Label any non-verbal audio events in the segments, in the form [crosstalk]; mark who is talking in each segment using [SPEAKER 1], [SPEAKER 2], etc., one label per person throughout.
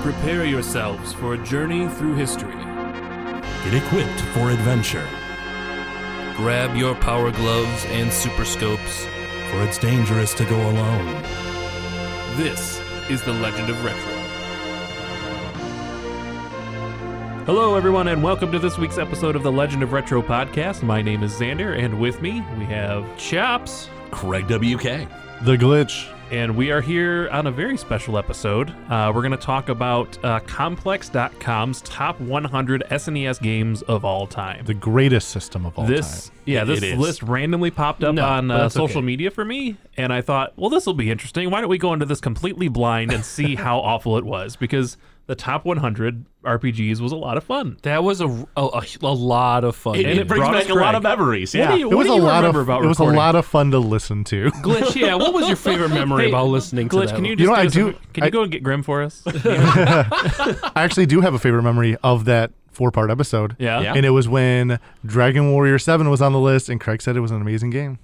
[SPEAKER 1] prepare yourselves for a journey through history.
[SPEAKER 2] Get equipped for adventure,
[SPEAKER 1] Grab your power gloves and super scopes.
[SPEAKER 2] for it's dangerous to go alone.
[SPEAKER 1] This is the Legend of Retro. Hello, everyone, and welcome to this week's episode of the Legend of Retro podcast. My name is Xander, and with me we have Chops.
[SPEAKER 2] Craig WK.
[SPEAKER 3] The glitch.
[SPEAKER 1] And we are here on a very special episode. Uh, we're going to talk about uh, Complex.com's top 100 SNES E games of all time.
[SPEAKER 3] The greatest system of all
[SPEAKER 1] this
[SPEAKER 3] time.
[SPEAKER 1] yeah this
[SPEAKER 2] It is.
[SPEAKER 1] list randomly popped up
[SPEAKER 3] No,
[SPEAKER 1] on
[SPEAKER 3] but
[SPEAKER 1] uh,
[SPEAKER 3] that's
[SPEAKER 1] social
[SPEAKER 3] okay.
[SPEAKER 1] media for me and i thought well this will be interesting why don't we go into this completely blind and see how awful it was because the top 100 rpgs was a lot of fun
[SPEAKER 4] That was a, a, a, a lot of fun.
[SPEAKER 1] And it brings
[SPEAKER 4] brought
[SPEAKER 1] back
[SPEAKER 4] us
[SPEAKER 1] a lot
[SPEAKER 4] Greg.
[SPEAKER 1] of
[SPEAKER 4] memories.
[SPEAKER 1] what do you,
[SPEAKER 3] It
[SPEAKER 1] what
[SPEAKER 3] was
[SPEAKER 1] do
[SPEAKER 3] a
[SPEAKER 1] you
[SPEAKER 3] lot of
[SPEAKER 1] remember about
[SPEAKER 3] it was a
[SPEAKER 1] recording?
[SPEAKER 3] lot of fun to
[SPEAKER 1] [laughs]
[SPEAKER 3] listen to.
[SPEAKER 4] Glitch, [laughs] yeah. What was your favorite memory
[SPEAKER 1] Hey,
[SPEAKER 4] about listening
[SPEAKER 1] glitch
[SPEAKER 4] to that?
[SPEAKER 1] can you
[SPEAKER 4] one?
[SPEAKER 1] just
[SPEAKER 3] know,
[SPEAKER 1] give
[SPEAKER 3] I
[SPEAKER 1] us a-
[SPEAKER 3] do-
[SPEAKER 1] can you
[SPEAKER 3] I-
[SPEAKER 1] go and get grim for us
[SPEAKER 3] I actually do have a favorite memory of that four-part episode.
[SPEAKER 1] yeah,
[SPEAKER 4] Yeah.
[SPEAKER 3] And it was when Dragon Warrior 7 was on the list and Craig said it was an amazing game.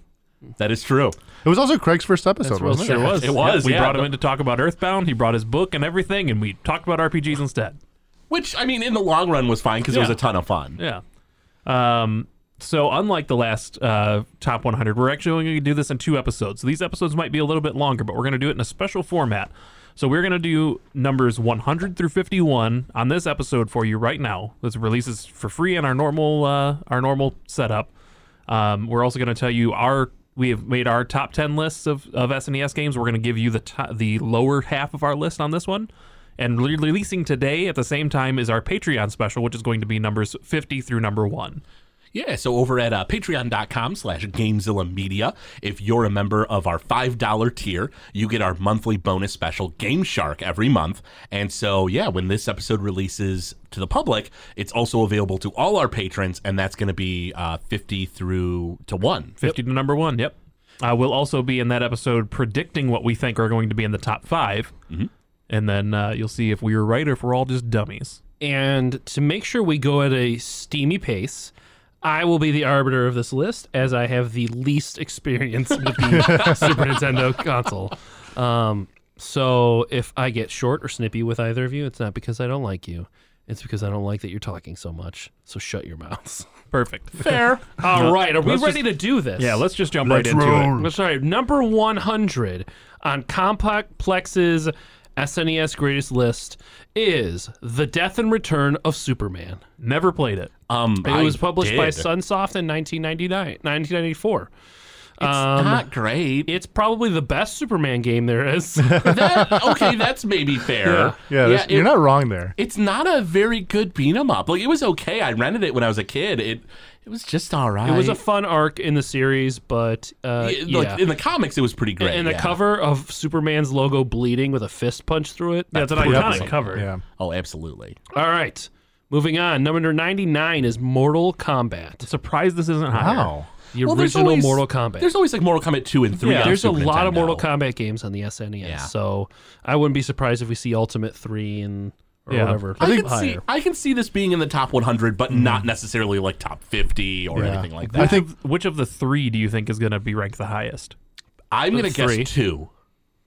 [SPEAKER 2] That is true.
[SPEAKER 3] It was also Craig's first episode, wasn't
[SPEAKER 1] Sure
[SPEAKER 3] it?
[SPEAKER 1] was.
[SPEAKER 4] It was,
[SPEAKER 1] We
[SPEAKER 4] yeah.
[SPEAKER 1] brought him in to talk about Earthbound. He brought his book and everything, and we talked about RPGs instead.
[SPEAKER 2] Which, I mean, in the long run was fine because it was
[SPEAKER 1] Yeah.
[SPEAKER 2] a ton of fun.
[SPEAKER 1] Yeah. Um, so unlike the last uh, top 100, we're actually going to do this in two episodes. So these episodes might be a little bit longer, but we're going to do it in a special format. So we're going to do numbers 100 through 51 on this episode for you right now. This releases for free on our normal uh, our normal setup. Um, we're also going to tell you our we have made our top 10 lists of, of SNES games. We're going to give you the to the lower half of our list on this one. And re- releasing today at the same time is our Patreon special, which is going to be numbers 50 through number 1.
[SPEAKER 2] Yeah, so over at uh, patreon.com slash Gamezilla Media, if you're a member of our $5 tier, you get our monthly bonus special Game Shark every month. And so, yeah, when this episode releases to the public, it's also available to all our patrons, and that's going to be uh, 50 through to 1.
[SPEAKER 1] 50 to number 1, yep. Uh, we'll also be in that episode predicting what we think are going to be in the top 5. Mm-hmm. And then uh, you'll see if we were right or if we're all just dummies.
[SPEAKER 4] and to make sure we go at a steamy pace, I will be the arbiter of this list as I have the least experience
[SPEAKER 1] [laughs]
[SPEAKER 4] with the Super Nintendo console. Um, so if I get short or snippy with either of you, it's not because I don't like you. It's because I don't like that you're talking so much. So shut your mouths.
[SPEAKER 1] Perfect.
[SPEAKER 4] Fair. [laughs] All right. Are we
[SPEAKER 1] let's
[SPEAKER 4] ready to do
[SPEAKER 1] [laughs]
[SPEAKER 4] this?
[SPEAKER 1] Yeah, let's just jump
[SPEAKER 3] Let's
[SPEAKER 1] right into it.
[SPEAKER 3] roll.
[SPEAKER 4] That's right. Number 100 on Complex's SNES greatest list is The Death and Return of Superman.
[SPEAKER 1] Never played it.
[SPEAKER 2] Um,
[SPEAKER 4] It
[SPEAKER 2] I
[SPEAKER 4] was published by
[SPEAKER 2] did.
[SPEAKER 4] Sunsoft in 1999, 1994.
[SPEAKER 2] It's not great.
[SPEAKER 4] It's probably the best Superman game there
[SPEAKER 2] [laughs]
[SPEAKER 4] is.
[SPEAKER 2] That- okay, that's maybe fair.
[SPEAKER 3] Yeah, that's-
[SPEAKER 2] it-
[SPEAKER 3] you're not wrong there.
[SPEAKER 2] It's not a very good beat 'em up. Like it was okay. I rented it when I was a kid. It it was just all right.
[SPEAKER 4] it was a fun arc in the series, but uh,
[SPEAKER 2] It-
[SPEAKER 4] yeah.
[SPEAKER 2] like, in the comics, it was pretty great.
[SPEAKER 4] and the
[SPEAKER 2] yeah.
[SPEAKER 4] cover of Superman's logo bleeding with a fist punch through it.
[SPEAKER 1] That's an
[SPEAKER 2] pretty
[SPEAKER 1] iconic
[SPEAKER 2] awesome.
[SPEAKER 1] cover.
[SPEAKER 3] Yeah.
[SPEAKER 2] Oh, absolutely.
[SPEAKER 4] All right. Moving on. Number 99 is Mortal Kombat.
[SPEAKER 1] Surprised this isn't higher.
[SPEAKER 3] Wow.
[SPEAKER 4] The
[SPEAKER 2] Well, there's
[SPEAKER 4] original
[SPEAKER 2] always-
[SPEAKER 4] Mortal Kombat.
[SPEAKER 2] There's always like Mortal Kombat two and three.
[SPEAKER 4] Yeah,
[SPEAKER 2] on
[SPEAKER 4] there's a
[SPEAKER 2] Super
[SPEAKER 4] lot of
[SPEAKER 2] Nintendo.
[SPEAKER 4] Mortal Kombat games on the SNES,
[SPEAKER 2] Yeah.
[SPEAKER 4] so I wouldn't be surprised if we see Ultimate Three and or
[SPEAKER 1] Yeah.
[SPEAKER 4] whatever.
[SPEAKER 2] I can
[SPEAKER 4] higher. Mm.
[SPEAKER 2] see I can see this being in the top 100, but not necessarily like top 50 or
[SPEAKER 3] Yeah.
[SPEAKER 2] anything like
[SPEAKER 3] I
[SPEAKER 2] that.
[SPEAKER 3] think
[SPEAKER 1] Which of the 3 do you think is going to be ranked the highest?
[SPEAKER 2] I'm gonna
[SPEAKER 4] Three.
[SPEAKER 2] guess two.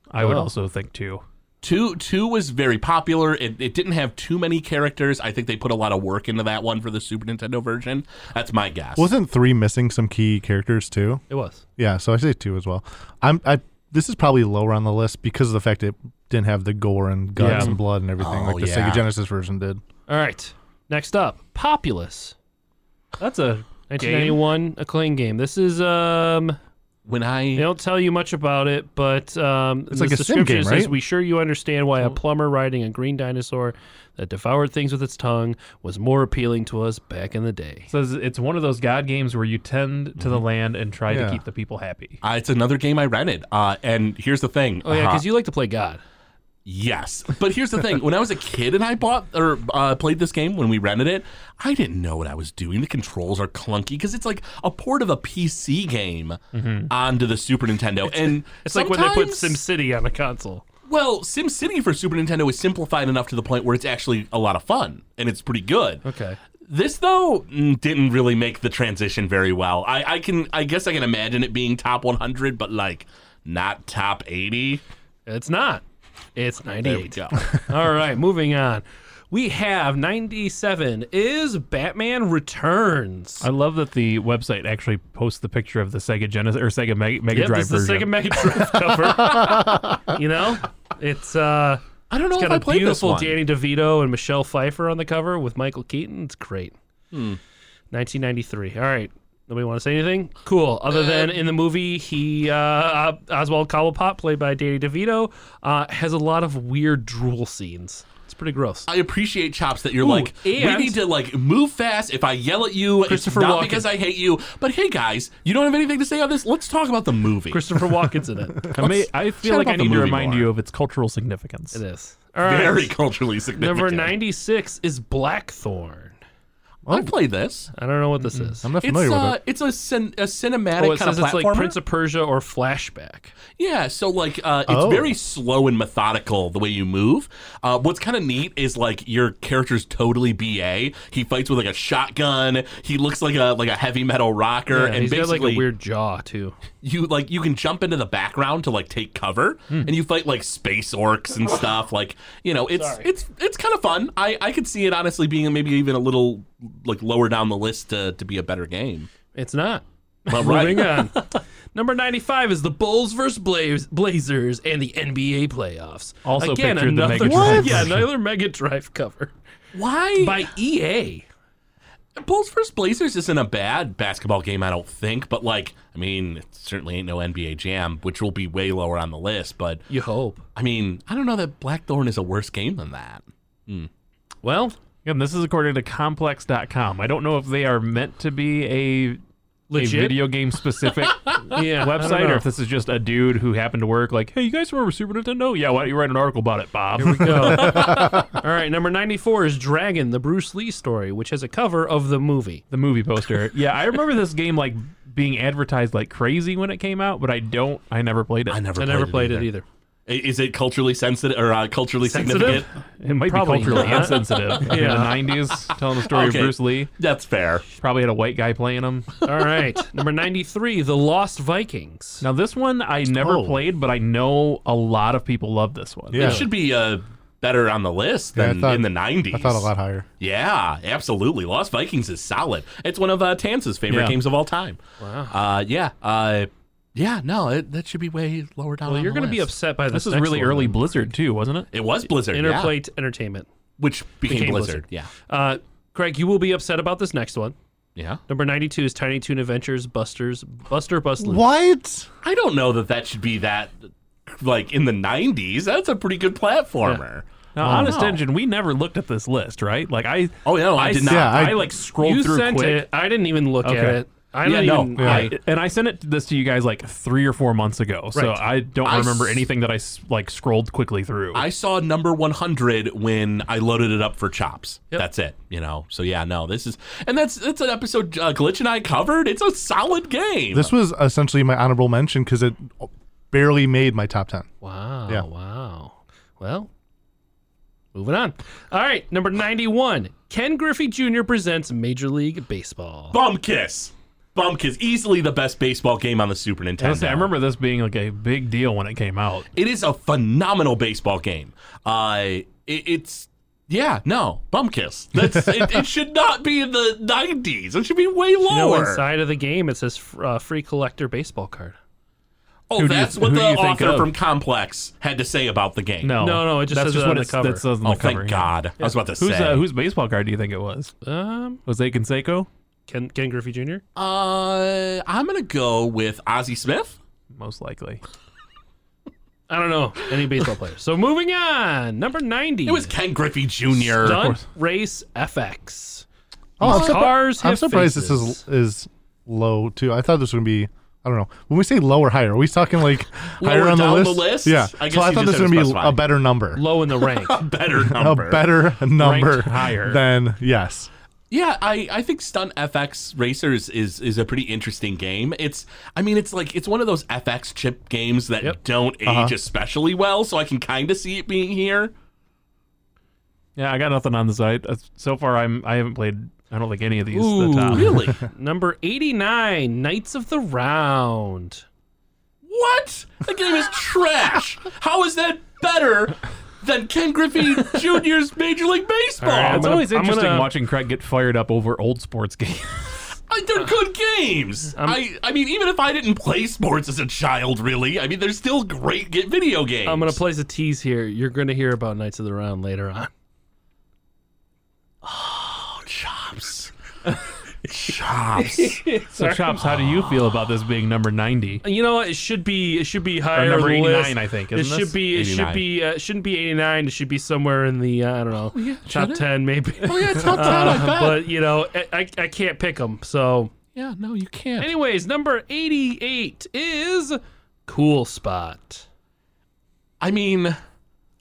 [SPEAKER 1] I would
[SPEAKER 4] Oh.
[SPEAKER 1] also think 2.
[SPEAKER 2] Two two was very popular. It, it didn't have too many characters. I think they put a lot of work into that one for the Super Nintendo version. That's my guess.
[SPEAKER 3] wasn't 3 missing some key characters too?
[SPEAKER 4] It was.
[SPEAKER 3] Yeah, so I say 2 as well. I'm I this is probably lower on the list because of the fact it didn't have the gore and guts
[SPEAKER 1] Yeah.
[SPEAKER 3] and blood and everything
[SPEAKER 2] Oh,
[SPEAKER 3] like the
[SPEAKER 2] yeah.
[SPEAKER 3] Sega Genesis version did.
[SPEAKER 4] All right. Next up, Populous,
[SPEAKER 1] That's a
[SPEAKER 4] 1991 acclaim game. This is um,
[SPEAKER 2] when I
[SPEAKER 4] they don't tell you much about it, but um,
[SPEAKER 3] It's
[SPEAKER 4] the
[SPEAKER 3] like a sim
[SPEAKER 4] description
[SPEAKER 3] game,
[SPEAKER 4] says
[SPEAKER 3] right?
[SPEAKER 4] we sure you understand why a plumber riding a green dinosaur that devoured things with its tongue was more appealing to us back in the day.
[SPEAKER 1] says it's one of those god games where you tend to the land and try to
[SPEAKER 3] Mm-hmm. Yeah.
[SPEAKER 1] keep the people happy.
[SPEAKER 2] Uh, it's another game I rented. Uh, and here's the thing. Uh-huh.
[SPEAKER 4] Oh yeah, because you like to play God.
[SPEAKER 2] yes, but here's the thing. When I was a kid and I bought or uh, played this game when we rented it, I didn't know what I was doing. The controls are clunky because it's like a port of a PC game onto the Super Nintendo. and
[SPEAKER 4] Mm-hmm. It's like when they put
[SPEAKER 2] sometimes-
[SPEAKER 4] SimCity on a console.
[SPEAKER 2] Well, SimCity for Super Nintendo is simplified enough to the point where it's actually a lot of fun and it's pretty good.
[SPEAKER 4] Okay.
[SPEAKER 2] This though mm, didn't really make the transition very well. I, I can I guess I can imagine it being top 100, but like not top 80.
[SPEAKER 4] It's not. It's
[SPEAKER 2] There we
[SPEAKER 4] 98.
[SPEAKER 2] go.
[SPEAKER 4] [laughs] All right, moving on. We have 97 is Batman Returns.
[SPEAKER 1] I love that the website actually posts the picture of the Sega Genesis or Sega Mega, Mega
[SPEAKER 4] yep,
[SPEAKER 1] Drive
[SPEAKER 4] this is the
[SPEAKER 1] version.
[SPEAKER 4] second Mega
[SPEAKER 2] [laughs]
[SPEAKER 4] Drive cover. you know? It's uh
[SPEAKER 2] I don't know
[SPEAKER 4] it's
[SPEAKER 2] if
[SPEAKER 4] got
[SPEAKER 2] I
[SPEAKER 4] a
[SPEAKER 2] played this
[SPEAKER 4] beautiful
[SPEAKER 2] one.
[SPEAKER 4] Danny DeVito and Michelle Pfeiffer on the cover with Michael Keaton. It's great.
[SPEAKER 2] Hmm.
[SPEAKER 4] 1993. All right. Nobody want to say anything? Cool. Other than in the movie, he uh, uh, Oswald Cobblepot, played by Danny DeVito, uh, has a lot of weird drool scenes. It's pretty gross.
[SPEAKER 2] I appreciate chops that you're like. We
[SPEAKER 4] and-
[SPEAKER 2] need to like move fast. If I yell at you, it's
[SPEAKER 4] Christopher
[SPEAKER 2] not
[SPEAKER 4] Walken.
[SPEAKER 2] because I hate you. But hey, guys, you don't have anything to say on this. Let's talk about the movie.
[SPEAKER 4] Christopher Walken's
[SPEAKER 2] [laughs]
[SPEAKER 4] in it.
[SPEAKER 1] I, may, I feel
[SPEAKER 2] chat
[SPEAKER 1] like I need
[SPEAKER 2] about the
[SPEAKER 1] to
[SPEAKER 2] movie
[SPEAKER 1] remind
[SPEAKER 2] more.
[SPEAKER 1] you of its cultural significance.
[SPEAKER 4] It is. All right.
[SPEAKER 2] Very culturally significant.
[SPEAKER 4] Number 96 is Blackthorn.
[SPEAKER 2] I played this.
[SPEAKER 4] I don't know what this is.
[SPEAKER 3] I'm not
[SPEAKER 2] It's
[SPEAKER 3] familiar with
[SPEAKER 2] uh,
[SPEAKER 3] it.
[SPEAKER 2] it's a, cin- a cinematic
[SPEAKER 4] Oh, it
[SPEAKER 2] kind of
[SPEAKER 4] says it's
[SPEAKER 2] platformer.
[SPEAKER 4] like Prince of Persia or Flashback.
[SPEAKER 2] Yeah, so like uh, it's
[SPEAKER 3] Oh.
[SPEAKER 2] very slow and methodical the way you move. Uh, what's kind of neat is like your character's totally BA. He fights with like a shotgun. He looks like a like a heavy metal rocker,
[SPEAKER 4] and
[SPEAKER 2] and
[SPEAKER 4] he's got
[SPEAKER 2] basically
[SPEAKER 4] like a weird jaw too.
[SPEAKER 2] you like you can jump into the background to like take cover,
[SPEAKER 4] Hmm.
[SPEAKER 2] and you fight like space orcs and stuff. Like you know, it's it's it's kind of fun. I I could see it honestly being maybe even a little like lower down the list to to be a better
[SPEAKER 4] [laughs]
[SPEAKER 2] game.
[SPEAKER 4] It's not.
[SPEAKER 2] But right, [laughs]
[SPEAKER 4] Moving on. Number 95 is the Bulls versus Blaz- Blazers and the NBA playoffs.
[SPEAKER 1] Also
[SPEAKER 4] Again,
[SPEAKER 1] pictured the
[SPEAKER 4] another,
[SPEAKER 1] Mega Drive
[SPEAKER 4] [laughs] Yeah,
[SPEAKER 1] version.
[SPEAKER 4] another Mega Drive cover
[SPEAKER 2] why
[SPEAKER 4] by E EA.
[SPEAKER 2] Bulls vs. Blazers isn't a bad basketball game, I don't think, but like, I mean, it certainly ain't no NBA Jam, which will be way lower on the list. But
[SPEAKER 4] You hope.
[SPEAKER 2] I mean, I don't know that Blackthorn is a worse game than that.
[SPEAKER 4] Well,
[SPEAKER 1] Again, this is according to complex.com. I don't know if they are meant to be a, a
[SPEAKER 4] Legit?
[SPEAKER 1] video game specific
[SPEAKER 4] [laughs] yeah.
[SPEAKER 1] website or if this is just a dude who happened to work like, hey, you guys remember Super Nintendo? Yeah, why don't you write an article about it, Bob? [laughs]
[SPEAKER 4] [laughs] Go. [laughs] All right, number 94 is Dragon, the Bruce Lee story, which has a cover of the movie.
[SPEAKER 1] the movie poster. yeah, I remember this game like being advertised like crazy when it came out, but I don't. I never played it.
[SPEAKER 2] I never,
[SPEAKER 4] I never played it either.
[SPEAKER 2] either. I- Is it culturally sensitive or uh, culturally
[SPEAKER 4] Sensitive?
[SPEAKER 2] significant?
[SPEAKER 1] It might
[SPEAKER 4] Probably
[SPEAKER 1] be culturally
[SPEAKER 4] not. [laughs]
[SPEAKER 1] insensitive.
[SPEAKER 4] Yeah.
[SPEAKER 1] In the '90s, telling the story
[SPEAKER 2] Okay.
[SPEAKER 1] of Bruce Lee,
[SPEAKER 2] That's fair.
[SPEAKER 1] probably had a white guy playing him.
[SPEAKER 4] All right, number 93, The Lost Vikings.
[SPEAKER 1] Now this one I never
[SPEAKER 3] Oh.
[SPEAKER 1] played, but I know a lot of people love this one.
[SPEAKER 3] Yeah.
[SPEAKER 2] It should be uh, better on the list
[SPEAKER 3] Yeah, I
[SPEAKER 2] than
[SPEAKER 3] thought-
[SPEAKER 2] in the 90s.
[SPEAKER 3] I thought a lot higher.
[SPEAKER 2] Yeah, absolutely. Lost Vikings is solid. It's one of uh, Tanz's favorite
[SPEAKER 1] Yeah.
[SPEAKER 2] games of all time. Wow. Uh, yeah. Uh, yeah. No, it, that should be way lower down.
[SPEAKER 4] Well,
[SPEAKER 2] on
[SPEAKER 4] you're
[SPEAKER 2] going to
[SPEAKER 4] be upset by this.
[SPEAKER 1] This is
[SPEAKER 4] next
[SPEAKER 1] really
[SPEAKER 4] one.
[SPEAKER 1] early Blizzard too, wasn't it?
[SPEAKER 2] It was Blizzard.
[SPEAKER 4] Interplay
[SPEAKER 2] yeah,
[SPEAKER 4] Entertainment.
[SPEAKER 2] which became,
[SPEAKER 4] became
[SPEAKER 2] Blizzard. Yeah.
[SPEAKER 4] Uh, Craig, you will be upset about this next one.
[SPEAKER 2] Yeah.
[SPEAKER 4] Number 92 is Tiny Toon Adventures Busters Buster Bustling.
[SPEAKER 3] What?
[SPEAKER 2] I don't know that that should be that. Like in the '90s, that's a pretty good platformer.
[SPEAKER 1] Now, Honest
[SPEAKER 2] Oh, no.
[SPEAKER 1] Engine, we never looked at this list, right? Like I,
[SPEAKER 2] Oh yeah, no, I, did not.
[SPEAKER 3] Yeah,
[SPEAKER 1] I,
[SPEAKER 3] I-
[SPEAKER 1] like scrolled
[SPEAKER 4] You
[SPEAKER 1] through
[SPEAKER 4] sent
[SPEAKER 1] quick.
[SPEAKER 4] it. I didn't even look at
[SPEAKER 1] Okay.
[SPEAKER 4] it. I
[SPEAKER 2] Yeah,
[SPEAKER 4] don't
[SPEAKER 2] no,
[SPEAKER 4] even.
[SPEAKER 3] yeah.
[SPEAKER 4] I,
[SPEAKER 1] and I sent it this to you guys like three or four months ago, so
[SPEAKER 4] Right.
[SPEAKER 1] I don't
[SPEAKER 2] I
[SPEAKER 1] remember
[SPEAKER 2] s-
[SPEAKER 1] anything that I s- like scrolled quickly through.
[SPEAKER 2] I saw number 100 when I loaded it up for chops. That's it, you know. So yeah, no, this is and that's that's an episode uh, Glitch and I covered. It's a solid game.
[SPEAKER 3] This was essentially my honorable mention because it barely made my top ten.
[SPEAKER 4] wow.
[SPEAKER 3] Yeah.
[SPEAKER 4] Wow. Well, moving on. All right. Number 91 Ken Griffey Jr. presents Major League Baseball.
[SPEAKER 2] Bum Kiss. Bum Kiss, easily the best baseball game on the Super Nintendo.
[SPEAKER 1] Honestly, I remember this being like a big deal when it came out.
[SPEAKER 2] It is a phenomenal baseball game. Uh, it, it's yeah, no, Bum Kiss.
[SPEAKER 1] [laughs]
[SPEAKER 2] That's it, it. Should not be in the '90s. It should be way
[SPEAKER 4] You know,
[SPEAKER 2] lower.
[SPEAKER 4] inside of the game, it says fr- uh, free collector baseball card.
[SPEAKER 2] oh,
[SPEAKER 1] who do you-
[SPEAKER 2] that's what
[SPEAKER 1] who
[SPEAKER 2] the
[SPEAKER 1] do you think
[SPEAKER 2] author
[SPEAKER 1] of?
[SPEAKER 2] from Complex had to say about the game.
[SPEAKER 1] No,
[SPEAKER 4] No, no, it just
[SPEAKER 1] that's
[SPEAKER 4] says
[SPEAKER 1] just
[SPEAKER 4] it
[SPEAKER 1] what
[SPEAKER 4] on the
[SPEAKER 1] it's-
[SPEAKER 4] cover.
[SPEAKER 1] That says on
[SPEAKER 2] Oh,
[SPEAKER 1] the cover.
[SPEAKER 2] thank
[SPEAKER 1] yeah.
[SPEAKER 2] God. I was about to
[SPEAKER 1] Who's
[SPEAKER 2] say.
[SPEAKER 1] uh, whose baseball card do you think it was?
[SPEAKER 4] Um,
[SPEAKER 1] Was it Canseco?
[SPEAKER 4] Ken, Ken Griffey Jr.
[SPEAKER 2] Uh, I'm gonna go with Ozzy Smith.
[SPEAKER 1] Most likely.
[SPEAKER 4] I don't know any baseball
[SPEAKER 3] [laughs]
[SPEAKER 4] players. So moving on, number ninety.
[SPEAKER 2] It was Ken Griffey Jr.
[SPEAKER 4] Stunt Race FX.
[SPEAKER 3] Oh, I'm,
[SPEAKER 4] These
[SPEAKER 3] surpri-
[SPEAKER 4] cars
[SPEAKER 3] I'm
[SPEAKER 4] have
[SPEAKER 3] surprised
[SPEAKER 4] faces.
[SPEAKER 3] this is is low too. I thought this would be. I don't know. When we say low or higher, are we talking like
[SPEAKER 2] [laughs]
[SPEAKER 3] higher
[SPEAKER 2] Lower
[SPEAKER 3] on the
[SPEAKER 2] down the
[SPEAKER 3] list?
[SPEAKER 2] list?
[SPEAKER 3] Yeah.
[SPEAKER 2] I guess
[SPEAKER 3] so I
[SPEAKER 2] you
[SPEAKER 3] thought
[SPEAKER 2] just
[SPEAKER 3] this
[SPEAKER 2] had
[SPEAKER 3] would
[SPEAKER 2] to
[SPEAKER 3] be
[SPEAKER 2] specify.
[SPEAKER 3] a better number.
[SPEAKER 4] Low
[SPEAKER 3] [laughs]
[SPEAKER 4] in the rank.
[SPEAKER 1] [laughs]
[SPEAKER 2] [laughs] Better
[SPEAKER 3] A
[SPEAKER 2] number.
[SPEAKER 3] better number
[SPEAKER 1] higher.
[SPEAKER 3] than yes.
[SPEAKER 2] Yeah, I, I think Stunt FX Racers is is a pretty interesting game. It's I mean it's like it's one of those FX chip games that don't age especially well, so I can kind of see it being here.
[SPEAKER 1] Yeah, I got nothing on the site. Uh, So far, I'm I haven't played. I don't think any of these. the top.
[SPEAKER 2] Really?
[SPEAKER 4] Number 89, Knights of the Round.
[SPEAKER 2] what? That game is trash. How is that better than Ken Griffey Jr.'s Major League Baseball.
[SPEAKER 1] All right,
[SPEAKER 4] It's
[SPEAKER 1] I'm gonna-
[SPEAKER 4] always
[SPEAKER 1] I'm
[SPEAKER 4] interesting
[SPEAKER 1] gonna-
[SPEAKER 4] watching
[SPEAKER 1] watching Craig get fired up over old sports games.
[SPEAKER 2] I, they're good games. I, I mean, even if I didn't play sports as a child, really, I mean, they're still great ge- video games.
[SPEAKER 4] I'm gonna place a tease here. You're gonna hear about Knights of the Round later on.
[SPEAKER 2] chops. chops.
[SPEAKER 1] [laughs] so, Chops, how do you feel about this being number 90?
[SPEAKER 4] You know, what? it should be it should be higher.
[SPEAKER 1] number
[SPEAKER 4] on the
[SPEAKER 1] 89,
[SPEAKER 4] list.
[SPEAKER 1] I think,
[SPEAKER 4] it
[SPEAKER 1] isn't
[SPEAKER 4] should
[SPEAKER 1] this?
[SPEAKER 4] be it should be uh, it shouldn't be 89. It should be somewhere in the uh, I don't
[SPEAKER 3] Oh,
[SPEAKER 4] know top ten maybe. [laughs] Uh,
[SPEAKER 2] Oh yeah, top ten. I bet.
[SPEAKER 4] but you know, I, I, I can't pick them. So,
[SPEAKER 2] yeah, no, you can't.
[SPEAKER 4] anyways, number 88 is Cool Spot.
[SPEAKER 2] I mean,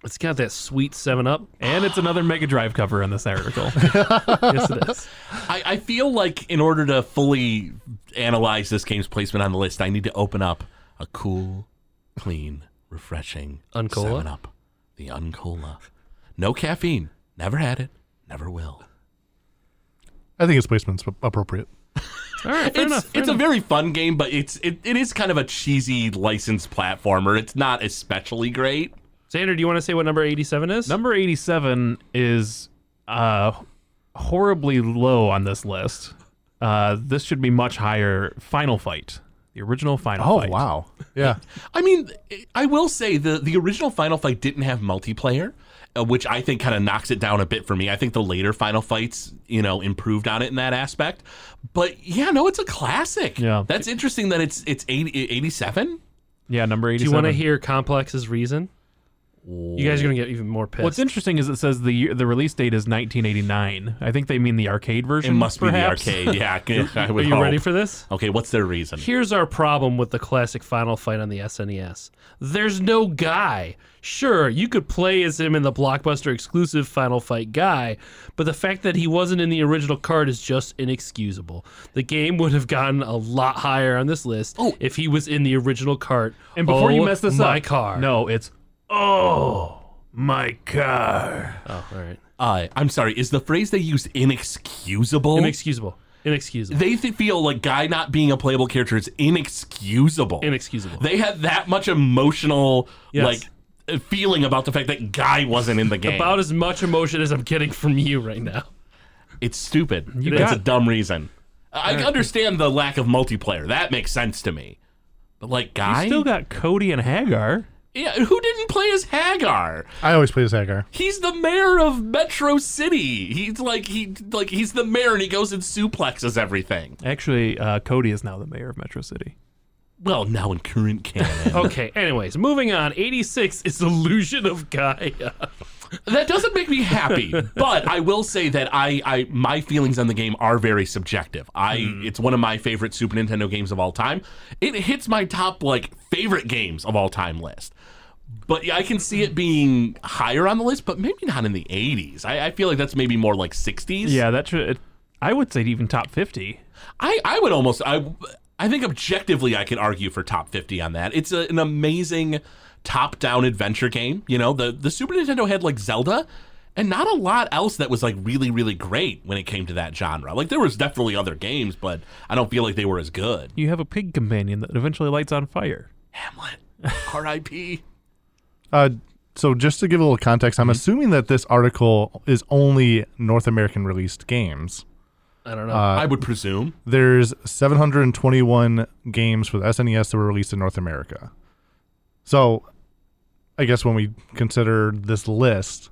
[SPEAKER 4] It's got that sweet
[SPEAKER 2] [laughs]
[SPEAKER 4] Seven Up.
[SPEAKER 1] And it's another Mega Drive cover in this article.
[SPEAKER 4] Yes, it is.
[SPEAKER 2] I, I feel like in order to fully analyze this game's placement on the list, I need to open up a cool, clean, refreshing
[SPEAKER 4] Uncola?
[SPEAKER 2] Seven Up, the Uncola. No caffeine. Never had it. Never will.
[SPEAKER 3] I think his placement's appropriate.
[SPEAKER 4] All right, fair
[SPEAKER 2] it's
[SPEAKER 4] enough. fair
[SPEAKER 2] it's a
[SPEAKER 4] enough.
[SPEAKER 2] very fun game, but it's it, it is kind of a cheesy licensed platformer. It's not especially great.
[SPEAKER 4] Xander, do you want to say what number 87 is?
[SPEAKER 1] number 87 is uh, horribly low on this list. Uh, this should be much higher. Final Fight. The original Final
[SPEAKER 2] Oh,
[SPEAKER 1] Fight.
[SPEAKER 3] Oh, wow. Yeah.
[SPEAKER 2] I mean, I will say the the original Final Fight didn't have multiplayer, uh, which I think kind of knocks it down a bit for me. I think the later Final Fights, you know, improved on it in that aspect. But yeah, no, it's a classic.
[SPEAKER 1] Yeah.
[SPEAKER 2] that's interesting that it's it's 80, 87.
[SPEAKER 1] Yeah, number
[SPEAKER 4] do
[SPEAKER 1] 87.
[SPEAKER 4] you want to hear Complex's reason? You guys are gonna get even more pissed.
[SPEAKER 1] What's interesting is it says the year, the release date is 1989. I think they mean the arcade
[SPEAKER 2] It
[SPEAKER 1] version.
[SPEAKER 2] must
[SPEAKER 1] perhaps.
[SPEAKER 2] be the arcade.
[SPEAKER 4] [laughs]
[SPEAKER 2] Yeah, I can- I
[SPEAKER 4] Mm, Are
[SPEAKER 2] would
[SPEAKER 4] you
[SPEAKER 2] hope.
[SPEAKER 4] ready for this?
[SPEAKER 2] Okay, what's their reason?
[SPEAKER 4] Here's our problem with the classic Final Fight on the SNES. There's no guy. Sure, you could play as him in the blockbuster exclusive Final Fight guy, but the fact that he wasn't in the original card is just inexcusable. The game would have gotten a lot higher on this list
[SPEAKER 2] Oh.
[SPEAKER 4] if he was in the original cart.
[SPEAKER 1] And before you mess this up,
[SPEAKER 4] my car.
[SPEAKER 1] No, it's oh my car.
[SPEAKER 4] Oh, all right.
[SPEAKER 2] Uh, I'm sorry. Is the phrase they use
[SPEAKER 1] Oh.
[SPEAKER 2] inexcusable?
[SPEAKER 4] Inexcusable. Inexcusable.
[SPEAKER 2] they th- feel like guy not being a playable character is inexcusable.
[SPEAKER 4] Inexcusable.
[SPEAKER 2] They had that much emotional
[SPEAKER 4] Yes.
[SPEAKER 2] like uh, feeling about the fact that guy wasn't in the game.
[SPEAKER 4] About as much emotion as I'm getting from you
[SPEAKER 1] [laughs]
[SPEAKER 4] right now.
[SPEAKER 2] it's stupid.
[SPEAKER 1] got
[SPEAKER 2] it's a
[SPEAKER 1] it.
[SPEAKER 2] dumb reason. I I understand the lack of multiplayer. That makes sense to me. But like guy,
[SPEAKER 1] Still got Cody and Hagar.
[SPEAKER 2] yeah, who didn't play as Hagar?
[SPEAKER 3] I always play as Hagar.
[SPEAKER 2] He's the mayor of Metro City. He's like he like he's the mayor and he goes and suplexes everything.
[SPEAKER 1] Actually, uh, Cody is now the mayor of Metro City.
[SPEAKER 2] Well, now in current canon.
[SPEAKER 4] Okay, anyways, moving on. 86 is Illusion of Gaia.
[SPEAKER 2] That doesn't make me happy, but I will say that I, I my feelings on the game are very subjective. I it's one of my favorite Super Nintendo games of all time. It hits my top like favorite games of all time list. But yeah, I can see it being higher on the list, but maybe not in the 80s. I, I feel like that's maybe more like 60s.
[SPEAKER 1] Yeah, that should. It, I would say even top fifty.
[SPEAKER 2] I, I would almost I I think objectively I could argue for top 50 on that. It's a, an amazing top-down adventure game. You know, the the Super Nintendo had like Zelda and not a lot else that was like really really great when it came to that genre. Like there was definitely other games, but I don't feel like they were as good.
[SPEAKER 1] You have a pig companion that eventually lights on fire.
[SPEAKER 2] Hamlet, [laughs] R.I.P.
[SPEAKER 3] Uh, so just to give a little context,
[SPEAKER 2] Mm-hmm.
[SPEAKER 3] I'm assuming that this article is only North American released games.
[SPEAKER 4] I don't know.
[SPEAKER 2] Uh, I would presume.
[SPEAKER 3] There's 721 games for the SNES that were released in North America. So, I guess when we consider this list,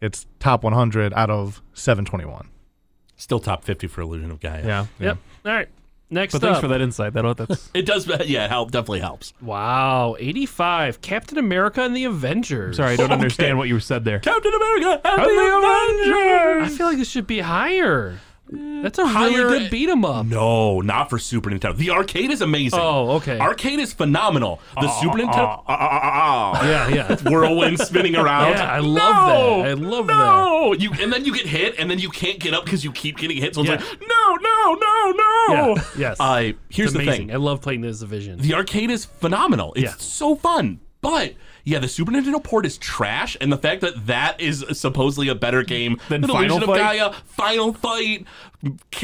[SPEAKER 3] it's top 100 out of 721.
[SPEAKER 2] Still top 50 for Illusion of Gaia.
[SPEAKER 1] Yeah.
[SPEAKER 4] Yep. All right. Next
[SPEAKER 1] But
[SPEAKER 4] up.
[SPEAKER 1] thanks for that insight. That that's
[SPEAKER 2] It does [laughs] yeah, it help definitely helps.
[SPEAKER 4] Wow, 85. Captain America and the
[SPEAKER 1] [laughs]
[SPEAKER 4] Avengers.
[SPEAKER 1] sorry. I don't
[SPEAKER 2] Okay.
[SPEAKER 1] understand what you said there.
[SPEAKER 2] Captain America and the
[SPEAKER 4] I feel like this should be higher.
[SPEAKER 1] Mm,
[SPEAKER 4] That's a
[SPEAKER 2] higher-
[SPEAKER 4] really good beat 'em up.
[SPEAKER 2] No, not for Super Nintendo. The arcade is amazing.
[SPEAKER 4] Oh, okay. Ah,
[SPEAKER 2] Arcade is phenomenal. The Super Nintendo.
[SPEAKER 4] [laughs] yeah,
[SPEAKER 1] [laughs]
[SPEAKER 4] yeah.
[SPEAKER 2] Whirlwind spinning around.
[SPEAKER 4] ah, Yeah, I love
[SPEAKER 2] No!
[SPEAKER 4] that. I love
[SPEAKER 2] no! You and then you get hit, and then you can't get up because you keep getting hit. So it's
[SPEAKER 4] Yeah.
[SPEAKER 2] like, no, no, no, no.
[SPEAKER 4] Yeah, yes.
[SPEAKER 2] I here's
[SPEAKER 4] It's
[SPEAKER 2] the
[SPEAKER 4] amazing.
[SPEAKER 2] thing:
[SPEAKER 4] I love playing this division.
[SPEAKER 2] the arcade is phenomenal. It's
[SPEAKER 4] Yeah.
[SPEAKER 2] so fun. But yeah, the Super Nintendo port is trash, and the fact that that is supposedly a better game
[SPEAKER 1] Than
[SPEAKER 2] than
[SPEAKER 1] Final
[SPEAKER 2] Illusion
[SPEAKER 1] Fight?
[SPEAKER 2] of Gaia,
[SPEAKER 1] [laughs]
[SPEAKER 2] Final Fight,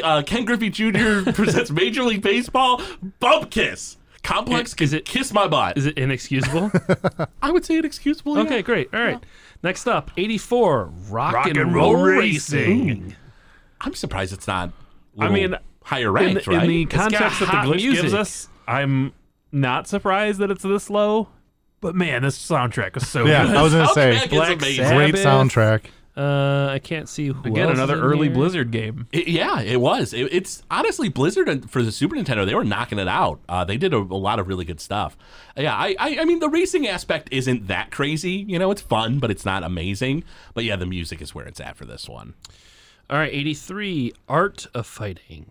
[SPEAKER 2] uh, Ken Griffey Jr. presents Major League Baseball, Bump Kiss. Complex
[SPEAKER 4] Is-
[SPEAKER 2] can
[SPEAKER 4] is it-
[SPEAKER 2] kiss my butt.
[SPEAKER 4] Is it
[SPEAKER 1] [laughs]
[SPEAKER 4] inexcusable?
[SPEAKER 2] I would say inexcusable. yeah.
[SPEAKER 4] Okay, great. All right. Next up, 84, Rock,
[SPEAKER 1] Rock
[SPEAKER 4] and,
[SPEAKER 1] and
[SPEAKER 4] Roll,
[SPEAKER 1] Roll
[SPEAKER 4] Racing.
[SPEAKER 1] Racing.
[SPEAKER 2] I'm surprised it's not.
[SPEAKER 1] I
[SPEAKER 2] little
[SPEAKER 1] mean,
[SPEAKER 2] higher
[SPEAKER 1] in
[SPEAKER 2] ranked,
[SPEAKER 1] the, [laughs]
[SPEAKER 2] right?
[SPEAKER 1] in the
[SPEAKER 2] It's
[SPEAKER 4] got
[SPEAKER 1] context that
[SPEAKER 4] hot
[SPEAKER 1] the glitch gives
[SPEAKER 4] music.
[SPEAKER 1] us, I'm not surprised that it's this low. But man, this soundtrack was so
[SPEAKER 3] Yeah,
[SPEAKER 1] good.
[SPEAKER 3] I was gonna say
[SPEAKER 2] soundtrack is
[SPEAKER 1] Black
[SPEAKER 2] amazing.
[SPEAKER 1] Sabbath.
[SPEAKER 3] great soundtrack.
[SPEAKER 4] Uh, I can't see who
[SPEAKER 1] Again,
[SPEAKER 4] else is
[SPEAKER 1] another
[SPEAKER 4] in
[SPEAKER 1] early
[SPEAKER 4] here.
[SPEAKER 1] Blizzard game.
[SPEAKER 2] It- yeah, it was. It, it's honestly Blizzard and- for the Super Nintendo. They were knocking it out. Uh, they did a, a lot of really good stuff. Yeah, I, I, I mean the racing aspect isn't that crazy. You know, it's fun, but it's not amazing. But yeah, the music is where it's at for this one.
[SPEAKER 4] All right, 83, Art of Fighting.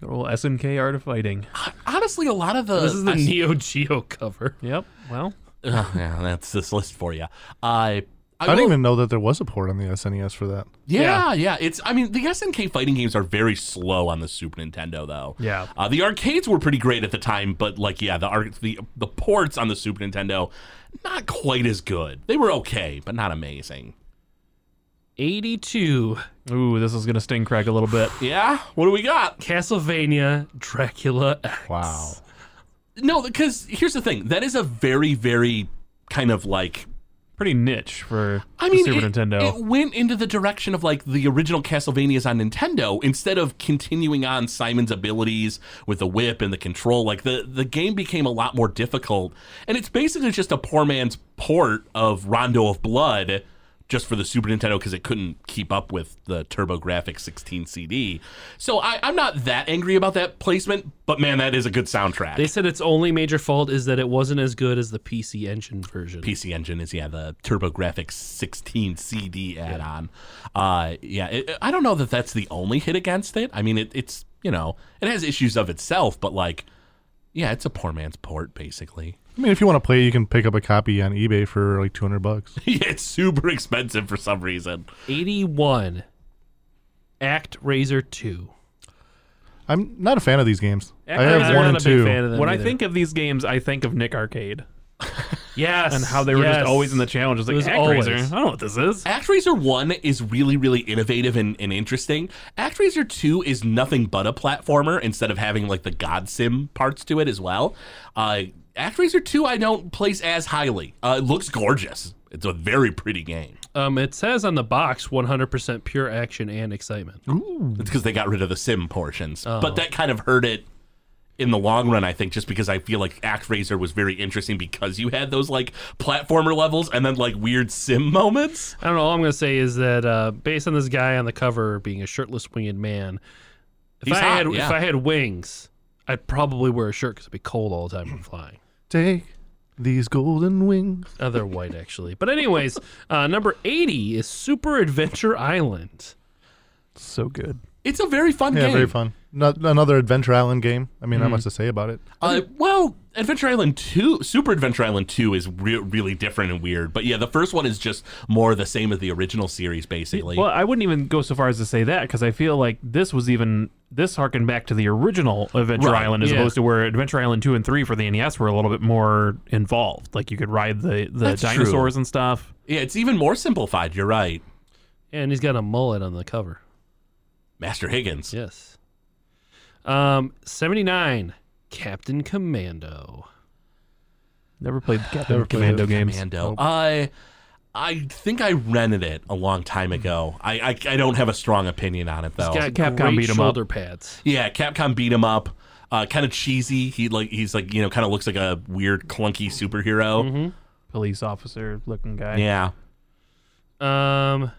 [SPEAKER 1] Good old SNK Art of Fighting.
[SPEAKER 2] Honestly, a lot of the
[SPEAKER 4] This is the
[SPEAKER 2] I- [laughs]
[SPEAKER 4] Neo Geo cover.
[SPEAKER 1] Yep. Well,
[SPEAKER 2] Ugh, yeah, that's this list for you. I I,
[SPEAKER 3] I
[SPEAKER 2] will-
[SPEAKER 3] didn't even know that there was a port on the SNES for that.
[SPEAKER 2] Yeah, yeah, It's I mean the SNK fighting games are very slow on the Super Nintendo though.
[SPEAKER 1] Yeah.
[SPEAKER 2] Uh, the arcades were pretty great at the time, but like yeah, the ar- the the ports on the Super Nintendo not quite as good. They were okay, but not amazing.
[SPEAKER 4] 82,
[SPEAKER 1] ooh, this is gonna sting Craig a little bit.
[SPEAKER 2] Yeah, what do we got?
[SPEAKER 4] Castlevania Dracula X.
[SPEAKER 3] Wow.
[SPEAKER 2] No, because here's the thing. That is a very very kind of like
[SPEAKER 1] Pretty niche for
[SPEAKER 2] I
[SPEAKER 1] the
[SPEAKER 2] mean,
[SPEAKER 1] Super
[SPEAKER 2] it,
[SPEAKER 1] Nintendo.
[SPEAKER 2] it went into the direction of like the original Castlevanias on Nintendo instead of continuing on Simon's abilities with the whip and the control. Like the, the game became a lot more difficult. And it's basically just a poor man's port of Rondo of Blood just for the Super Nintendo because it couldn't keep up with the TurboGrafx 16 CD. So I, I'm not that angry about that placement, but man, that is a good soundtrack.
[SPEAKER 4] They said its only major fault is that it wasn't as good as the PC Engine version.
[SPEAKER 2] PC Engine is yeah the TurboGrafx 16 CD add-on. Uh, yeah, it, I don't know that that's the only hit against it. I mean, it, it's you know it has issues of itself, but like, yeah, it's a poor man's port basically. [laughs]
[SPEAKER 3] I mean, if you want to play, you can pick up a copy on eBay for like 200 bucks.
[SPEAKER 2] yeah, it's super expensive for some reason.
[SPEAKER 4] 81, Act Razor 2.
[SPEAKER 3] I'm not a fan of these games. I
[SPEAKER 1] Actually,
[SPEAKER 3] have
[SPEAKER 1] I'm
[SPEAKER 3] one
[SPEAKER 1] not
[SPEAKER 3] and
[SPEAKER 1] a big
[SPEAKER 3] two.
[SPEAKER 4] fan of them.
[SPEAKER 1] when I
[SPEAKER 4] either.
[SPEAKER 1] think of these games, I think of Nick Arcade
[SPEAKER 4] Yes.
[SPEAKER 1] and how they were just always in the challenges. Like,
[SPEAKER 4] was
[SPEAKER 1] Hack
[SPEAKER 4] always.
[SPEAKER 1] Razor, I don't know what this is.
[SPEAKER 2] ActRaiser 1 is really, really innovative and, and interesting. ActRaiser 2 is nothing but a platformer instead of having like the God Sim parts to it as well. Uh, ActRaiser 2, I don't place as highly. Uh, it looks gorgeous. It's a very pretty game.
[SPEAKER 4] Um, it says on the box 100% pure action and excitement.
[SPEAKER 2] Mm. It's because they got rid of the sim portions.
[SPEAKER 3] Oh.
[SPEAKER 2] But that kind of hurt it in the long run, I think, just because I feel like ActRaiser was very interesting because you had those like platformer levels and then like weird sim moments.
[SPEAKER 4] I don't know. All I'm going to say is that uh, based on this guy on the cover being a shirtless winged man, if
[SPEAKER 2] He's
[SPEAKER 4] I
[SPEAKER 2] hot,
[SPEAKER 4] had
[SPEAKER 2] yeah.
[SPEAKER 4] if I had wings, I'd probably wear a shirt because it'd be cold all the time from flying.
[SPEAKER 3] Take these golden wings.
[SPEAKER 4] Uh, they're white actually. But anyways, uh, number 80 is Super Adventure Island.
[SPEAKER 1] So good.
[SPEAKER 2] It's a very fun
[SPEAKER 3] Yeah,
[SPEAKER 2] game.
[SPEAKER 3] very fun. No, another Adventure Island game. I mean, not much to say about it.
[SPEAKER 2] Uh, well, Adventure Island 2, Super Adventure Island 2 is re- really different and weird. But yeah, the first one is just more the same as the original series, basically.
[SPEAKER 1] Well, I wouldn't even go so far as to say that because I feel like this was even this harkened back to the original Adventure
[SPEAKER 2] Right,
[SPEAKER 1] Island as
[SPEAKER 4] yeah.
[SPEAKER 1] opposed to where Adventure Island two and three for the NES were a little bit more involved. Like you could ride the the
[SPEAKER 2] That's true.
[SPEAKER 1] dinosaurs and stuff.
[SPEAKER 2] yeah, it's even more simplified. You're right.
[SPEAKER 4] And he's got a mullet on the cover.
[SPEAKER 2] Master Higgins.
[SPEAKER 4] Yes. Um, 79, Captain Commando.
[SPEAKER 1] Never played the Captain
[SPEAKER 3] played
[SPEAKER 1] Commando
[SPEAKER 3] it.
[SPEAKER 1] games.
[SPEAKER 2] Commando. I I think I rented it a long time ago. I I, I don't have a strong opinion on it though.
[SPEAKER 4] Got
[SPEAKER 1] Capcom
[SPEAKER 4] great
[SPEAKER 1] beat 'em up.
[SPEAKER 4] shoulder pads.
[SPEAKER 2] yeah, Capcom beat him up. Uh, kind of cheesy. He like he's like you know kind of looks like a weird clunky superhero.
[SPEAKER 4] Mm-hmm.
[SPEAKER 1] Police officer looking guy.
[SPEAKER 2] Yeah.
[SPEAKER 4] Um,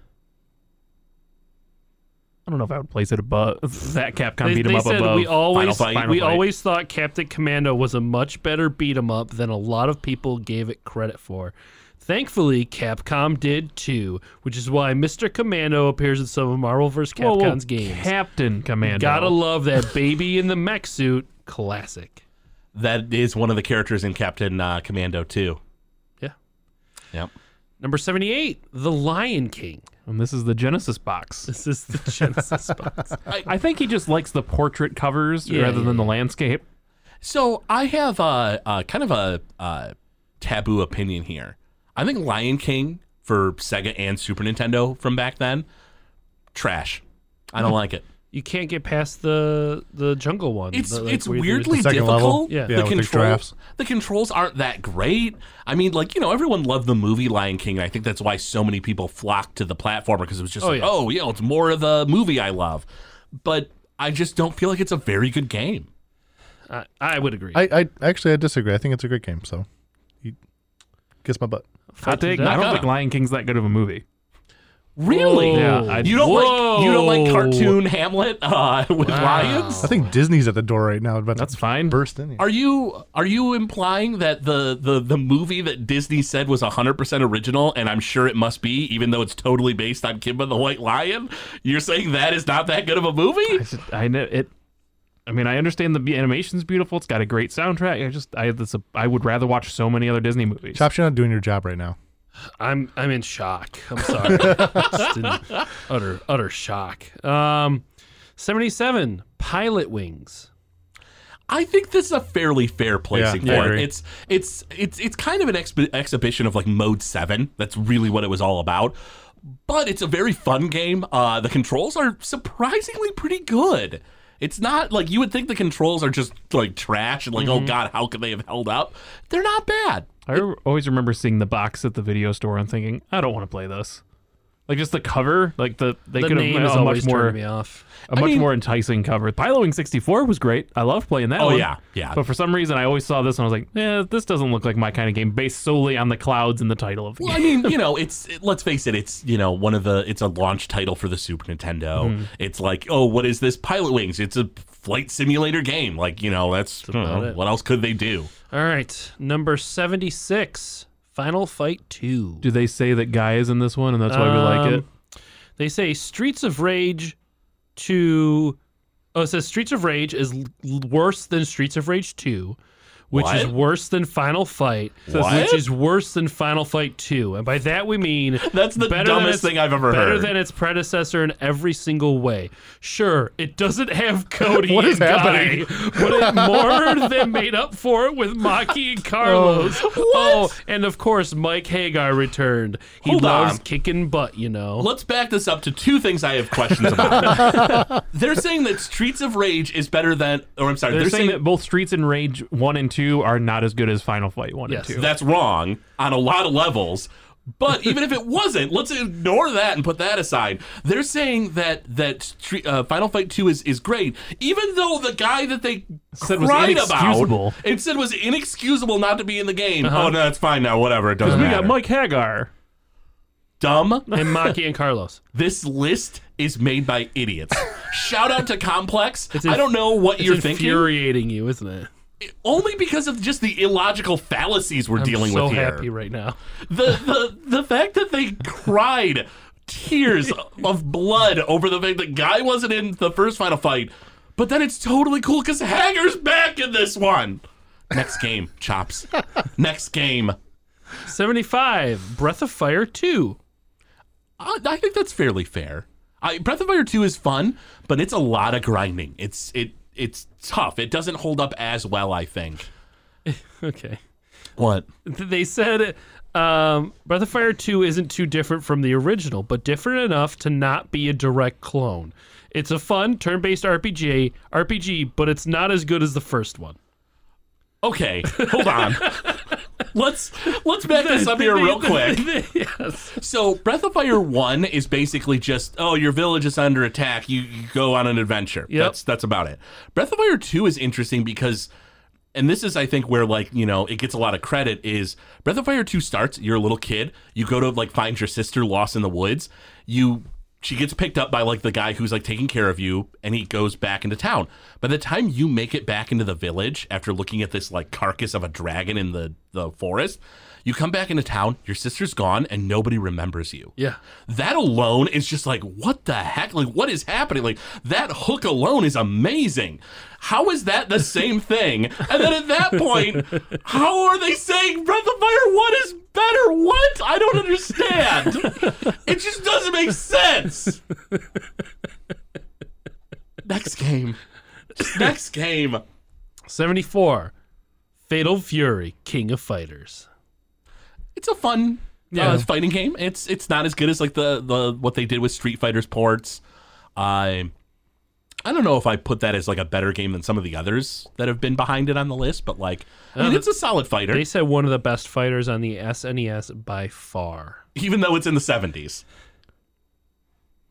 [SPEAKER 1] I don't know if I would place it above [laughs] that Capcom
[SPEAKER 4] they,
[SPEAKER 1] beat 'em
[SPEAKER 4] they
[SPEAKER 1] up
[SPEAKER 4] said
[SPEAKER 1] above.
[SPEAKER 4] we always
[SPEAKER 2] Fight.
[SPEAKER 1] Final
[SPEAKER 4] we
[SPEAKER 1] Fight.
[SPEAKER 4] always thought Captain Commando was a much better beat 'em up than a lot of people gave it credit for. Thankfully, Capcom did too, which is why Mr. Commando appears in some of Marvel vs.
[SPEAKER 1] Whoa,
[SPEAKER 4] Capcom's
[SPEAKER 1] whoa,
[SPEAKER 4] games.
[SPEAKER 1] Captain Commando.
[SPEAKER 4] Gotta love that baby in the mech suit classic.
[SPEAKER 2] That is one of the characters in Captain uh, Commando too.
[SPEAKER 4] Yeah.
[SPEAKER 2] Yep.
[SPEAKER 4] Number seventy-eight, The Lion King.
[SPEAKER 1] and this is the Genesis box.
[SPEAKER 4] This is the Genesis box.
[SPEAKER 1] I think he just likes the portrait covers
[SPEAKER 4] Yeah,
[SPEAKER 1] rather
[SPEAKER 4] yeah,
[SPEAKER 1] than the landscape.
[SPEAKER 2] So I have a, uh kind of a uh, taboo opinion here. I think Lion King for Sega and Super Nintendo from back then, trash. I don't like it.
[SPEAKER 4] You can't get past the the jungle one.
[SPEAKER 2] It's
[SPEAKER 4] the, like,
[SPEAKER 2] it's
[SPEAKER 4] where there's
[SPEAKER 2] weirdly
[SPEAKER 3] the second level?
[SPEAKER 2] difficult.
[SPEAKER 4] Yeah.
[SPEAKER 3] Yeah,
[SPEAKER 2] the
[SPEAKER 3] with the
[SPEAKER 2] controls
[SPEAKER 3] drafts.
[SPEAKER 2] the controls aren't that great. I mean, like you know, everyone loved the movie Lion King. And I think that's why so many people flocked to the platformer because it was just
[SPEAKER 4] Oh,
[SPEAKER 2] like,
[SPEAKER 4] yeah.
[SPEAKER 2] oh, you know, it's more of the movie I love. But I just don't feel like it's a very good game.
[SPEAKER 4] I, I would agree.
[SPEAKER 3] I, I actually I disagree. I think it's a great game. So, you kiss my butt.
[SPEAKER 1] Hot take.
[SPEAKER 4] to
[SPEAKER 1] I
[SPEAKER 4] death.
[SPEAKER 1] don't think
[SPEAKER 2] Yeah.
[SPEAKER 1] Lion King's that good of a movie.
[SPEAKER 2] Really?
[SPEAKER 1] Yeah, I-
[SPEAKER 2] you don't like you don't like
[SPEAKER 4] Whoa.
[SPEAKER 2] cartoon Hamlet uh, [laughs] with lions?
[SPEAKER 3] I think Disney's at the door right now. But
[SPEAKER 1] That's fine.
[SPEAKER 3] Burst in. here.
[SPEAKER 2] Are you are you implying that the the the movie that Disney said was 100% original and I'm sure it must be even though it's totally based on Kimba the White Lion? You're saying that is not that good of a
[SPEAKER 1] I
[SPEAKER 2] movie?
[SPEAKER 1] just- I know it. I mean, I understand the animation's beautiful. It's got a great soundtrack. I just, I, this, I would rather watch so many other Disney movies.
[SPEAKER 3] Chops, you're not doing your job right now.
[SPEAKER 4] I'm I'm in shock. I'm sorry. Just in utter utter shock. Um, seventy seven pilot wings.
[SPEAKER 2] I think this is a fairly fair placing
[SPEAKER 3] Yeah, I
[SPEAKER 2] for it.
[SPEAKER 3] agree.
[SPEAKER 2] It's it's it's it's kind of an exp- exhibition of like Mode Seven. That's really what it was all about. But it's a very fun game. Uh, the controls are surprisingly pretty good. It's not like you would think the controls are just like trash and like
[SPEAKER 3] Mm-hmm.
[SPEAKER 2] oh god how could they have held up? They're not bad.
[SPEAKER 1] I re- always remember seeing the box at the video store and thinking, I don't want to play this. Like just the cover, like the they
[SPEAKER 4] The
[SPEAKER 1] could have
[SPEAKER 4] name
[SPEAKER 1] made
[SPEAKER 4] is
[SPEAKER 1] a much
[SPEAKER 4] always
[SPEAKER 1] more
[SPEAKER 4] turning me off.
[SPEAKER 1] a much
[SPEAKER 2] mean-
[SPEAKER 1] more enticing cover. Pilowing sixty four was great. I loved playing that.
[SPEAKER 2] Oh,
[SPEAKER 1] one.
[SPEAKER 2] yeah, yeah.
[SPEAKER 1] But for some reason, I always saw this and I was like, yeah, this doesn't look like my kind of game based solely on the clouds and the title of the
[SPEAKER 2] Well,
[SPEAKER 1] game.
[SPEAKER 2] I mean, you know, it's it, let's face it, it's you know one of the it's a launch title for the Super Nintendo.
[SPEAKER 4] Mm-hmm.
[SPEAKER 2] It's like, oh, what is this? Pilot Wings. It's a flight simulator game. Like, you know, that's I don't
[SPEAKER 4] about
[SPEAKER 2] know,
[SPEAKER 4] it.
[SPEAKER 2] what else could they do?
[SPEAKER 4] All right, number seventy six. Final Fight Two.
[SPEAKER 1] Do they say that Guy is in this one and that's why we like it?
[SPEAKER 4] Um, They say Streets of Rage to Oh, it says Streets of Rage is l- l- worse than Streets of Rage 2, which is
[SPEAKER 2] What?
[SPEAKER 4] worse than Final Fight,
[SPEAKER 2] What?
[SPEAKER 4] which is worse than Final Fight 2. And by that we mean
[SPEAKER 2] That's the
[SPEAKER 4] better than
[SPEAKER 2] dumbest
[SPEAKER 4] its-
[SPEAKER 2] thing I've ever
[SPEAKER 4] better
[SPEAKER 2] heard.
[SPEAKER 4] than its predecessor in every single way. Sure, it doesn't have Cody
[SPEAKER 3] What is
[SPEAKER 4] and
[SPEAKER 3] happening?
[SPEAKER 4] Guy, [laughs] but it more than made up for it with Maki and Carlos. Oh, and of course Mike Hagar returned. He
[SPEAKER 2] Hold
[SPEAKER 4] loves
[SPEAKER 2] on.
[SPEAKER 4] kicking butt, you know.
[SPEAKER 2] Let's back this up to two things I have questions about.
[SPEAKER 4] [laughs]
[SPEAKER 2] they're saying that Streets of Rage is better than, or I'm sorry,
[SPEAKER 1] They're, saying, that both Streets and Rage one and two are not as good as Final Fight one
[SPEAKER 4] Yes,
[SPEAKER 1] and two.
[SPEAKER 2] that's wrong on a lot of levels. But even if it [laughs] wasn't, let's ignore that and put that aside. They're saying that that Stre- uh, Final Fight Two is, is great, even though the guy that they
[SPEAKER 1] Said was
[SPEAKER 2] cried
[SPEAKER 1] inexcusable.
[SPEAKER 2] about and said was inexcusable not to be in the game.
[SPEAKER 4] Uh-huh.
[SPEAKER 2] Oh no, that's fine now. Whatever, it doesn't
[SPEAKER 1] we
[SPEAKER 2] matter.
[SPEAKER 1] got Mike Hagar.
[SPEAKER 2] Dumb.
[SPEAKER 4] and Maki and Carlos.
[SPEAKER 2] This list is made by
[SPEAKER 4] [laughs]
[SPEAKER 2] idiots. Shout out to Complex.
[SPEAKER 4] inf-
[SPEAKER 2] I don't know what
[SPEAKER 4] It's
[SPEAKER 2] you're thinking.
[SPEAKER 4] infuriating you, isn't it?
[SPEAKER 2] Only because of just the illogical fallacies we're dealing
[SPEAKER 4] so
[SPEAKER 2] with here.
[SPEAKER 4] happy right now.
[SPEAKER 2] the, the the fact that they cried tears of blood over the fact that guy wasn't in the first final fight, but then it's totally cool because Hager's back in this one. Next game, chops. Next game.
[SPEAKER 4] Seventy-five, Breath of Fire two.
[SPEAKER 2] I, I think that's fairly fair. I, Breath of Fire Two is fun, but it's a lot of grinding. It's it it's tough. It doesn't hold up as well. I think.
[SPEAKER 4] Okay,
[SPEAKER 2] What?
[SPEAKER 4] they said um, Breath of Fire two isn't too different from the original, but different enough to not be a direct clone. It's a fun turn-based RPG, RPG, but it's not as good as the first
[SPEAKER 2] [laughs]
[SPEAKER 4] one.
[SPEAKER 2] Okay, hold on. let's let's back this up here real quick.
[SPEAKER 4] [laughs] yes.
[SPEAKER 2] So Breath of Fire One is basically just oh your village is under attack. You, you go on an adventure. That's that's about it. Breath of Fire Two is interesting because, and this is I think where like you know it gets a lot of credit is Breath of Fire Two starts. You're a little kid. You go to like find your sister lost in the woods. You she gets picked up by like the guy who's like taking care of you, and he goes back into town. By the time you make it back into the village after looking at this like carcass of a dragon in the the forest. You come back into town, your sister's gone, and nobody remembers you.
[SPEAKER 4] Yeah.
[SPEAKER 2] That alone is just like, what the heck? Like, what is happening? Like, that hook alone is amazing. How is that the same thing? And then at that point, how are they saying Breath of Fire 1 is better? What? I don't understand. it just doesn't make sense. Next game. Next game.
[SPEAKER 4] Seventy-four, Fatal Fury, King of Fighters.
[SPEAKER 2] it's a fun
[SPEAKER 4] Yeah.
[SPEAKER 2] uh, fighting game. It's it's not as good as like the the what they did with Street Fighter's ports. I I don't know if I put that as like a better game than some of the others that have been behind it on the list, but like, I
[SPEAKER 4] Uh,
[SPEAKER 2] mean, it's a solid fighter,
[SPEAKER 4] They said one of the best fighters on the SNES by far.
[SPEAKER 2] even though it's in the 70s.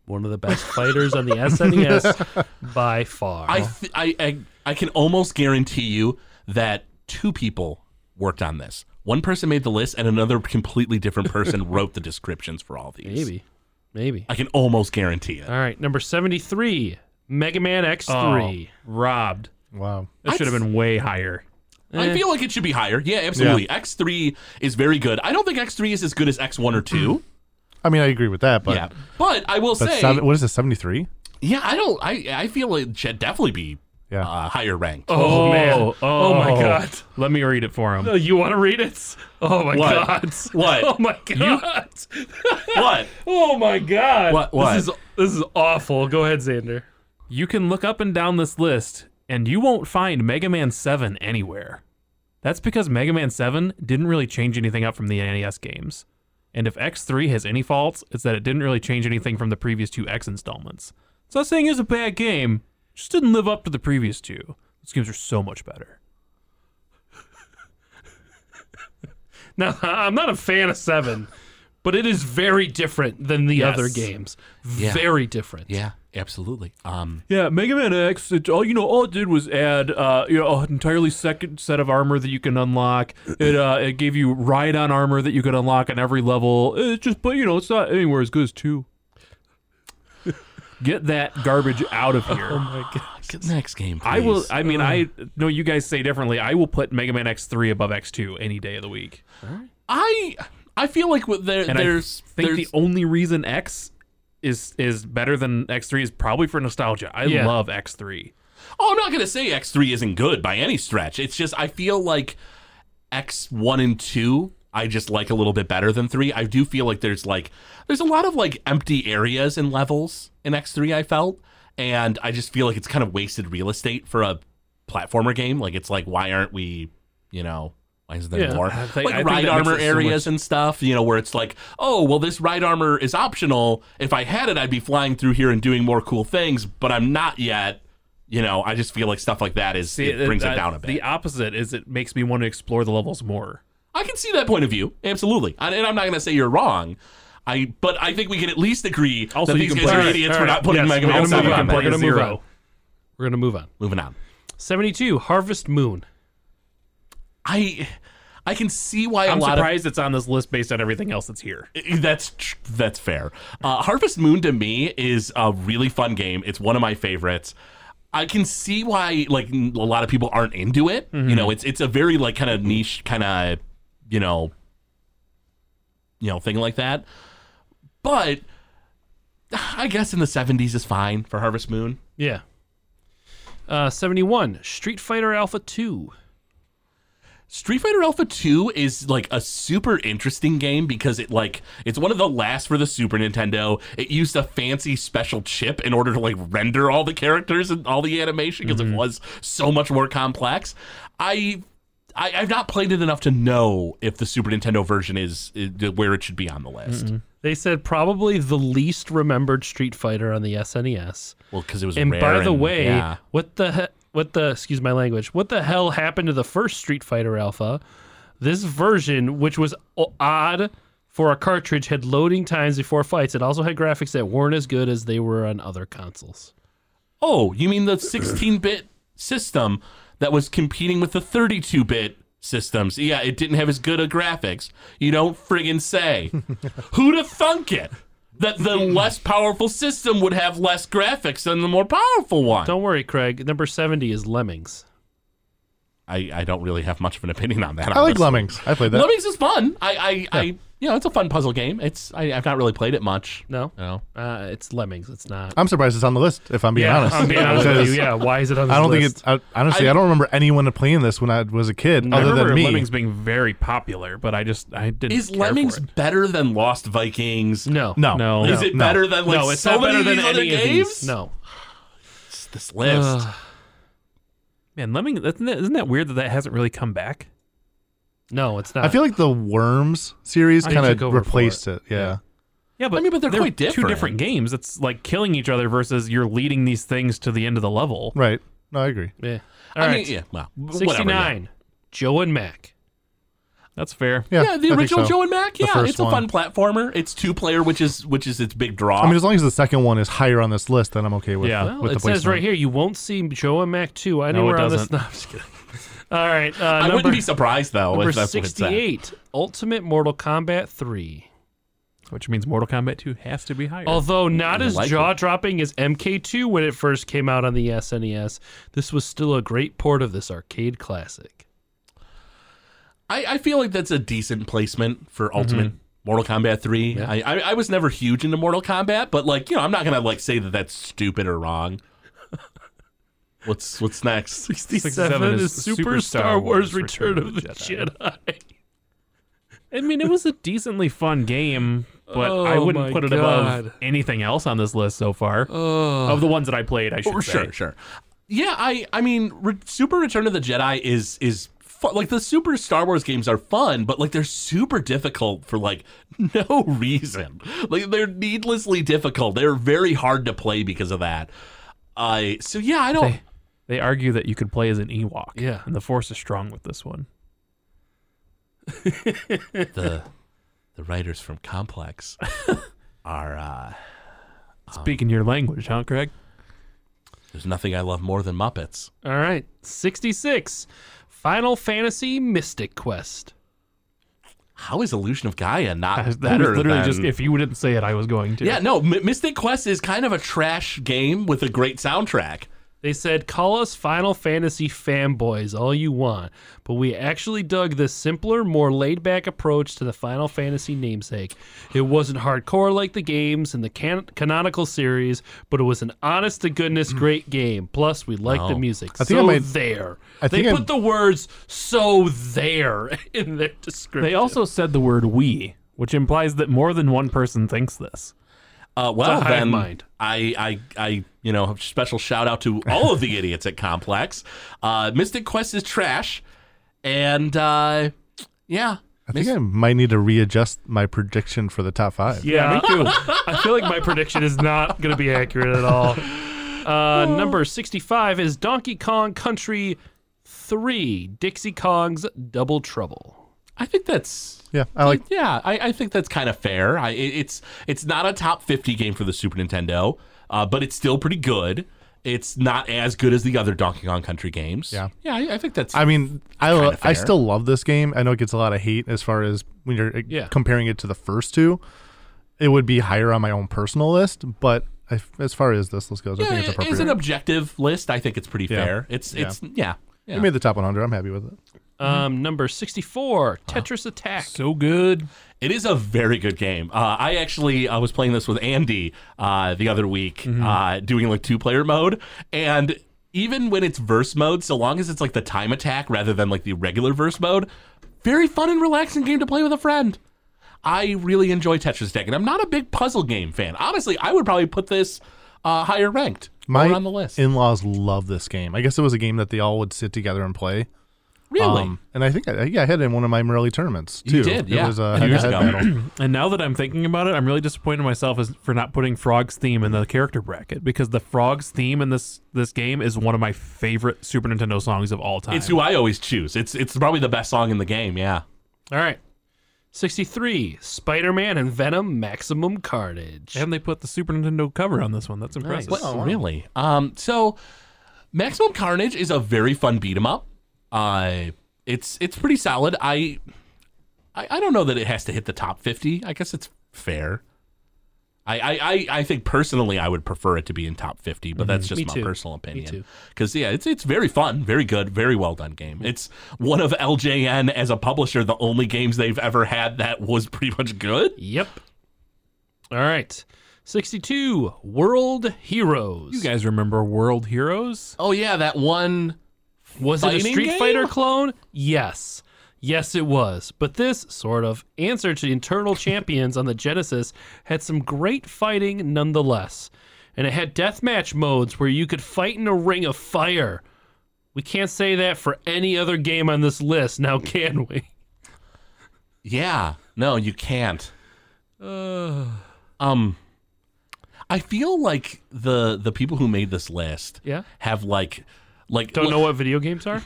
[SPEAKER 4] One of the best fighters on the [laughs] SNES by far.
[SPEAKER 2] I, th- I, I, I can almost guarantee you that two people worked on this. One person made the list, and another completely different
[SPEAKER 4] [laughs]
[SPEAKER 2] person wrote the descriptions for all these.
[SPEAKER 4] maybe, maybe.
[SPEAKER 2] I can almost guarantee it.
[SPEAKER 4] All right, number seventy-three, Mega Man X three.
[SPEAKER 1] Oh, robbed.
[SPEAKER 3] Wow.
[SPEAKER 1] It should have been way higher.
[SPEAKER 3] Eh.
[SPEAKER 2] I feel like it should be higher. Yeah, absolutely. X3 is very good. I don't think X3 is as good as X1 or 2.
[SPEAKER 3] I mean, I agree with that, Mm, but
[SPEAKER 2] yeah. But I will
[SPEAKER 3] but
[SPEAKER 2] say,
[SPEAKER 3] seven, what is it, 73?
[SPEAKER 2] yeah, I don't, I, I feel it should definitely be
[SPEAKER 3] Yeah.
[SPEAKER 2] uh, higher ranked. [laughs]
[SPEAKER 1] Oh, man.
[SPEAKER 4] Oh, my God.
[SPEAKER 1] Let me read it for him.
[SPEAKER 4] Oh, you want to read it? Oh my
[SPEAKER 2] What?
[SPEAKER 4] god!
[SPEAKER 2] What?
[SPEAKER 4] [laughs] Oh my god!
[SPEAKER 2] What?
[SPEAKER 4] oh my god!
[SPEAKER 2] What- what?
[SPEAKER 4] This is this is awful. Go ahead, Xander.
[SPEAKER 1] You can look up and down this list, and you won't find Mega Man 7 anywhere. That's because Mega Man 7 didn't really change anything up from the NES games. And if X3 has any faults, it's that it didn't really change anything from the previous two X installments. It's not saying it's a bad game, it just didn't live up to the previous two. These games are so much better.
[SPEAKER 4] Now, [laughs] I'm not a fan of Seven, but it is very different than the
[SPEAKER 1] Yes.
[SPEAKER 4] other games.
[SPEAKER 2] Yeah.
[SPEAKER 4] Very different.
[SPEAKER 2] Yeah, absolutely. Um,
[SPEAKER 1] Yeah, Mega Man X. It, all you know, all it did was add, uh, you know, an entirely second set of armor that you can unlock. It uh, it gave you ride on armor that you could unlock on every level. It's just, but you know, it's not anywhere as good as two. Get that garbage out of here.
[SPEAKER 2] next game,
[SPEAKER 1] I will.
[SPEAKER 2] please.
[SPEAKER 1] I mean, I know you guys say differently. I will put Mega Man X three above X two any day of the week.
[SPEAKER 2] I I feel like with there,
[SPEAKER 1] And
[SPEAKER 2] there's
[SPEAKER 1] I think
[SPEAKER 2] there's
[SPEAKER 1] the only reason X is is better than X three is probably for nostalgia. I
[SPEAKER 4] Yeah.
[SPEAKER 1] love X three.
[SPEAKER 2] oh, I'm not gonna say X three isn't good by any stretch. It's just I feel like X one and two I just like a little bit better than three. I do feel like there's like there's a lot of like empty areas and levels in X three. I felt, and I just feel like it's kind of wasted real estate for a platformer game. Like it's like why aren't we, you know. Why isn't there
[SPEAKER 4] Yeah.
[SPEAKER 2] more?
[SPEAKER 1] I think- I
[SPEAKER 2] like
[SPEAKER 1] think
[SPEAKER 2] ride
[SPEAKER 1] that makes
[SPEAKER 2] armor
[SPEAKER 1] it so
[SPEAKER 2] areas and stuff, you know, where it's like, oh, well, this ride armor is optional. If I had it, I'd be flying through here and doing more cool things, but I'm not yet. You know, I just feel like stuff like that is
[SPEAKER 1] See,
[SPEAKER 2] it brings it
[SPEAKER 1] uh,
[SPEAKER 2] down a bit.
[SPEAKER 1] The opposite is it makes me want to explore the levels more.
[SPEAKER 2] I can see that point of view, absolutely, and and I'm not going to say you're wrong. I, but I think we can at least agree
[SPEAKER 1] Also,
[SPEAKER 2] that
[SPEAKER 1] you
[SPEAKER 2] these
[SPEAKER 1] can
[SPEAKER 2] guys
[SPEAKER 1] play-
[SPEAKER 2] are idiots
[SPEAKER 4] all
[SPEAKER 2] for
[SPEAKER 4] right,
[SPEAKER 2] not putting
[SPEAKER 4] yes,
[SPEAKER 2] Mega
[SPEAKER 4] we're
[SPEAKER 2] Man
[SPEAKER 4] gonna
[SPEAKER 2] Seven
[SPEAKER 4] move
[SPEAKER 2] on
[SPEAKER 4] on,
[SPEAKER 2] there.
[SPEAKER 4] we're gonna move
[SPEAKER 1] Zero.
[SPEAKER 4] on. We're gonna move on.
[SPEAKER 2] Moving on.
[SPEAKER 4] Seventy-two, Harvest Moon.
[SPEAKER 2] I, I can see why a
[SPEAKER 1] I'm
[SPEAKER 2] lot of
[SPEAKER 1] surprised it's on this list based on everything else that's here.
[SPEAKER 2] [laughs] That's tr- that's fair. Uh, Harvest Moon to me is a really fun game. It's one of my favorites. I can see why like n- a lot of people aren't into it. You know, it's it's a very like kind of niche kind of you know you know thing like that. But I guess in the seventies is fine for Harvest Moon.
[SPEAKER 4] Yeah. Uh, Seventy-one, Street Fighter Alpha Two.
[SPEAKER 2] Street Fighter Alpha 2 is like a super interesting game because it like it's one of the last for the Super Nintendo. It used a fancy special chip in order to like render all the characters and all the animation
[SPEAKER 4] Mm-hmm.
[SPEAKER 2] because it was so much more complex. I, I I've not played it enough to know if the Super Nintendo version is, is where it should be on the list.
[SPEAKER 4] They said probably the least remembered Street Fighter on the SNES.
[SPEAKER 2] Well, because it was
[SPEAKER 4] And
[SPEAKER 2] rare
[SPEAKER 4] by the way,
[SPEAKER 2] yeah.
[SPEAKER 4] what the he- what the excuse my language, what the hell happened to the first Street Fighter Alpha? This version, which was o- odd for a cartridge, had loading times before fights. It also had graphics that weren't as good as they were on other consoles.
[SPEAKER 2] Oh, you mean the 16-bit system that was competing with the 32-bit systems? Yeah, it didn't have as good a graphics. You don't friggin' say. Who'd have thunk it? That the less powerful system would have less graphics than the more powerful one.
[SPEAKER 4] Don't worry, Craig. Number seventy is Lemmings.
[SPEAKER 2] I, I don't really have much of an opinion on that.
[SPEAKER 3] I like
[SPEAKER 2] honestly.
[SPEAKER 3] Lemmings. I played that.
[SPEAKER 2] Lemmings is fun. I, I, I you know, it's a fun puzzle game. It's I, I've not really played it much.
[SPEAKER 4] No,
[SPEAKER 2] No.
[SPEAKER 4] uh, it's Lemmings. It's not.
[SPEAKER 3] I'm surprised it's on the list, if I'm being honest.
[SPEAKER 4] I'm being honest with
[SPEAKER 3] Because
[SPEAKER 4] you. Yeah, why is it on? This
[SPEAKER 3] I don't
[SPEAKER 4] list?
[SPEAKER 3] think it. I, honestly, I, don't remember anyone playing this when I was a kid,
[SPEAKER 1] I
[SPEAKER 3] other
[SPEAKER 1] remember
[SPEAKER 3] than me.
[SPEAKER 1] Lemmings being very popular, but I just I didn't.
[SPEAKER 2] Is
[SPEAKER 1] care
[SPEAKER 2] Lemmings
[SPEAKER 1] For it.
[SPEAKER 2] better than Lost Vikings?
[SPEAKER 4] no.
[SPEAKER 3] no,
[SPEAKER 1] No.
[SPEAKER 2] Is it
[SPEAKER 3] no.
[SPEAKER 2] better than like
[SPEAKER 4] no, it's
[SPEAKER 2] so
[SPEAKER 4] not better
[SPEAKER 2] many
[SPEAKER 4] than
[SPEAKER 2] of these other
[SPEAKER 4] any of
[SPEAKER 2] games?
[SPEAKER 4] these. No,
[SPEAKER 2] This list.
[SPEAKER 1] Man, Lemmings isn't that, isn't that weird that that hasn't really come back?
[SPEAKER 4] no, it's not.
[SPEAKER 3] I feel like the Worms series
[SPEAKER 4] I
[SPEAKER 3] kind
[SPEAKER 4] took
[SPEAKER 3] of
[SPEAKER 4] over for
[SPEAKER 3] replaced it. Yeah.
[SPEAKER 1] Yeah, but
[SPEAKER 2] I mean, but they're quite
[SPEAKER 1] two
[SPEAKER 2] different.
[SPEAKER 1] different games. It's like killing each other versus you're leading these things to the end of the level.
[SPEAKER 3] Right. No, I agree.
[SPEAKER 4] Yeah.
[SPEAKER 2] I
[SPEAKER 4] All right.
[SPEAKER 2] mean, yeah, well, whatever, yeah.
[SPEAKER 4] 69. Joe and Mac.
[SPEAKER 1] That's fair.
[SPEAKER 3] Yeah,
[SPEAKER 2] Yeah, the
[SPEAKER 3] I think
[SPEAKER 2] original
[SPEAKER 3] so.
[SPEAKER 2] Joe and Mac.
[SPEAKER 3] The
[SPEAKER 2] Yeah,
[SPEAKER 3] first
[SPEAKER 2] it's a fun platformer. It's two player, which is which is its big draw.
[SPEAKER 3] I mean, as long as the second one is higher on this list, then I'm okay with
[SPEAKER 1] Yeah.
[SPEAKER 3] with
[SPEAKER 1] Well,
[SPEAKER 4] Well,
[SPEAKER 3] the
[SPEAKER 4] it says
[SPEAKER 3] placement.
[SPEAKER 4] right here you won't see Joe and Mac 2 anywhere on this.
[SPEAKER 1] doesn't.
[SPEAKER 4] [laughs] No, I'm just kidding. All right. Uh,
[SPEAKER 2] I
[SPEAKER 4] number,
[SPEAKER 2] wouldn't be surprised though.
[SPEAKER 4] number
[SPEAKER 2] if that's what it's at.
[SPEAKER 4] 68, Ultimate Mortal Kombat 3.
[SPEAKER 1] Which means Mortal Kombat 2 has to be higher.
[SPEAKER 4] Although not
[SPEAKER 2] I
[SPEAKER 4] as
[SPEAKER 2] like it.
[SPEAKER 4] jaw dropping as MK2 when it first came out on the SNES, this was still a great port of this arcade classic.
[SPEAKER 2] I, I feel like that's a decent placement for
[SPEAKER 3] Mm-hmm.
[SPEAKER 2] Ultimate Mortal Kombat 3. I, I, I was never huge into Mortal Kombat, but like, you know, I'm not going to like say that that's stupid or wrong. [laughs] What's what's next?
[SPEAKER 1] 67 is Super Star Wars Return of the
[SPEAKER 4] Jedi.
[SPEAKER 1] I mean, it was a decently fun game, but I
[SPEAKER 4] Oh
[SPEAKER 1] wouldn't
[SPEAKER 4] my
[SPEAKER 1] put it above
[SPEAKER 4] God.
[SPEAKER 1] anything else on this list so far. of the ones that I played, I should
[SPEAKER 2] Oh,
[SPEAKER 1] say.
[SPEAKER 2] sure, sure. Yeah, I I mean, Re- Super Return of the Jedi is is fun. like the Super Star Wars games are fun, but like they're super difficult for like [laughs] no reason. Like they're needlessly difficult. They're very hard to play because of that. I so yeah, I don't.
[SPEAKER 1] They, they argue that you could play as an Ewok.
[SPEAKER 4] Yeah.
[SPEAKER 1] And the Force is strong with this one.
[SPEAKER 2] [laughs] the the writers from Complex [laughs] are uh,
[SPEAKER 1] Speaking your language, huh, Craig?
[SPEAKER 2] there's nothing I love more than Muppets.
[SPEAKER 4] All right. 66, Final Fantasy Mystic Quest.
[SPEAKER 2] How is Illusion of Gaia not
[SPEAKER 1] That was
[SPEAKER 2] better?
[SPEAKER 1] literally
[SPEAKER 2] than-
[SPEAKER 1] just if you didn't say it, I was going to.
[SPEAKER 2] yeah, no. M- Mystic Quest is kind of a trash game with a great soundtrack.
[SPEAKER 4] They said, call us Final Fantasy fanboys all you want, but we actually dug this simpler, more laid back approach to the Final Fantasy namesake. It wasn't hardcore like the games in the can- canonical series, but it was an honest to goodness great game. Plus, we liked the music.
[SPEAKER 3] I think I
[SPEAKER 4] so
[SPEAKER 3] might-
[SPEAKER 4] there.
[SPEAKER 3] I
[SPEAKER 4] they
[SPEAKER 3] think I-
[SPEAKER 4] put the words so there [laughs] in their description.
[SPEAKER 1] They also said the word we, which implies that more than one person thinks this.
[SPEAKER 2] Uh, well,
[SPEAKER 4] It's a hive
[SPEAKER 2] then
[SPEAKER 4] mind.
[SPEAKER 2] I, I, I, you know, special shout out to all of the
[SPEAKER 4] [laughs]
[SPEAKER 2] idiots at Complex. Uh, Mystic Quest is trash, and uh, yeah,
[SPEAKER 3] I think I might need to readjust my prediction for the top five.
[SPEAKER 1] Yeah, me too.
[SPEAKER 4] I feel like my prediction is not going to be accurate
[SPEAKER 1] [sighs]
[SPEAKER 4] at all. Uh,
[SPEAKER 1] Oh.
[SPEAKER 4] number 65 is Donkey Kong Country 3, Dixie Kong's Double Trouble.
[SPEAKER 2] I think that's
[SPEAKER 3] Yeah, I like.
[SPEAKER 2] Yeah, I, I think that's kind of fair. I, it- it's it's not a top fifty game for the Super Nintendo, uh, but it's still pretty good. It's not as good as the other Donkey Kong Country games.
[SPEAKER 3] Yeah.
[SPEAKER 2] yeah, I, I think that's.
[SPEAKER 3] I mean, I lo-
[SPEAKER 2] kinda fair.
[SPEAKER 3] I still love this game. I know it gets a lot of hate as far as when you're uh,
[SPEAKER 4] Yeah.
[SPEAKER 3] comparing it to the first two. It would be higher on my own personal list, but I f as far as this list goes, I think it's
[SPEAKER 2] yeah,
[SPEAKER 3] appropriate.
[SPEAKER 2] eh, it's an objective list. I think it's pretty
[SPEAKER 3] Yeah.
[SPEAKER 2] fair. It's it's yeah.
[SPEAKER 3] It
[SPEAKER 2] yeah.
[SPEAKER 3] made the top 100. I'm happy with it.
[SPEAKER 4] Um, number 64, Tetris Attack.
[SPEAKER 1] Mm-hmm. so good.
[SPEAKER 2] It is a very good game. Uh, I actually I was playing this with Andy uh, the other week, uh, doing like two player mode, and even when it's verse mode, so long as it's like the time attack rather than like the regular verse mode, very fun and relaxing game to play with a friend. I really enjoy Tetris Deck, and I'm not a big puzzle game fan. Honestly, I would probably put this uh, higher ranked
[SPEAKER 3] My
[SPEAKER 2] or on the list.
[SPEAKER 3] in-laws love this game. I guess it was a game that they all would sit together and play. Um,
[SPEAKER 2] really?
[SPEAKER 3] and I think I, yeah, I had it in one of my early tournaments too.
[SPEAKER 2] You did, yeah.
[SPEAKER 3] It was a
[SPEAKER 2] Years
[SPEAKER 3] head-to-head
[SPEAKER 2] ago.
[SPEAKER 3] battle.
[SPEAKER 1] And now that I'm thinking about it, I'm really disappointed in myself as for not putting Frog's theme in the character bracket because the Frog's theme in this this game is one of my favorite Super Nintendo songs of all time.
[SPEAKER 2] it's who I always choose. It's it's probably the best song in the game. Yeah.
[SPEAKER 4] All right. 63, Spider Man and Venom Maximum Carnage.
[SPEAKER 1] and they put the Super Nintendo cover on this one. That's impressive.
[SPEAKER 4] Nice.
[SPEAKER 2] Well, really? Um, so Maximum Carnage is a very fun beat 'em up. Uh, it's it's pretty solid. I, I I don't know that it has to hit the top fifty. I guess it's fair. I, I, I, I think personally I would prefer it to be in top fifty, but that's just
[SPEAKER 4] Me
[SPEAKER 2] my
[SPEAKER 4] too.
[SPEAKER 2] personal
[SPEAKER 4] too.
[SPEAKER 2] opinion. Because yeah, it's it's very fun, very good, very well done game. It's one of LJN as a publisher, the only games they've ever had that was pretty much good.
[SPEAKER 4] Yep. All right. 62, World Heroes.
[SPEAKER 1] You guys remember World Heroes?
[SPEAKER 2] Oh yeah, that one
[SPEAKER 4] Was it a
[SPEAKER 2] fighting
[SPEAKER 4] Street
[SPEAKER 2] game?
[SPEAKER 4] Fighter clone? Yes. Yes, it was. But this sort of answer to internal champions on the Genesis had some great fighting nonetheless. And it had deathmatch modes where you could fight in a ring of fire. We can't say that for any other game on this list, now [laughs] can we? Uh,
[SPEAKER 2] Yeah. No, you can't. Um, I feel like the the people who made this list
[SPEAKER 4] Yeah.
[SPEAKER 2] have like like
[SPEAKER 4] Don't
[SPEAKER 2] well,
[SPEAKER 4] know what video games are?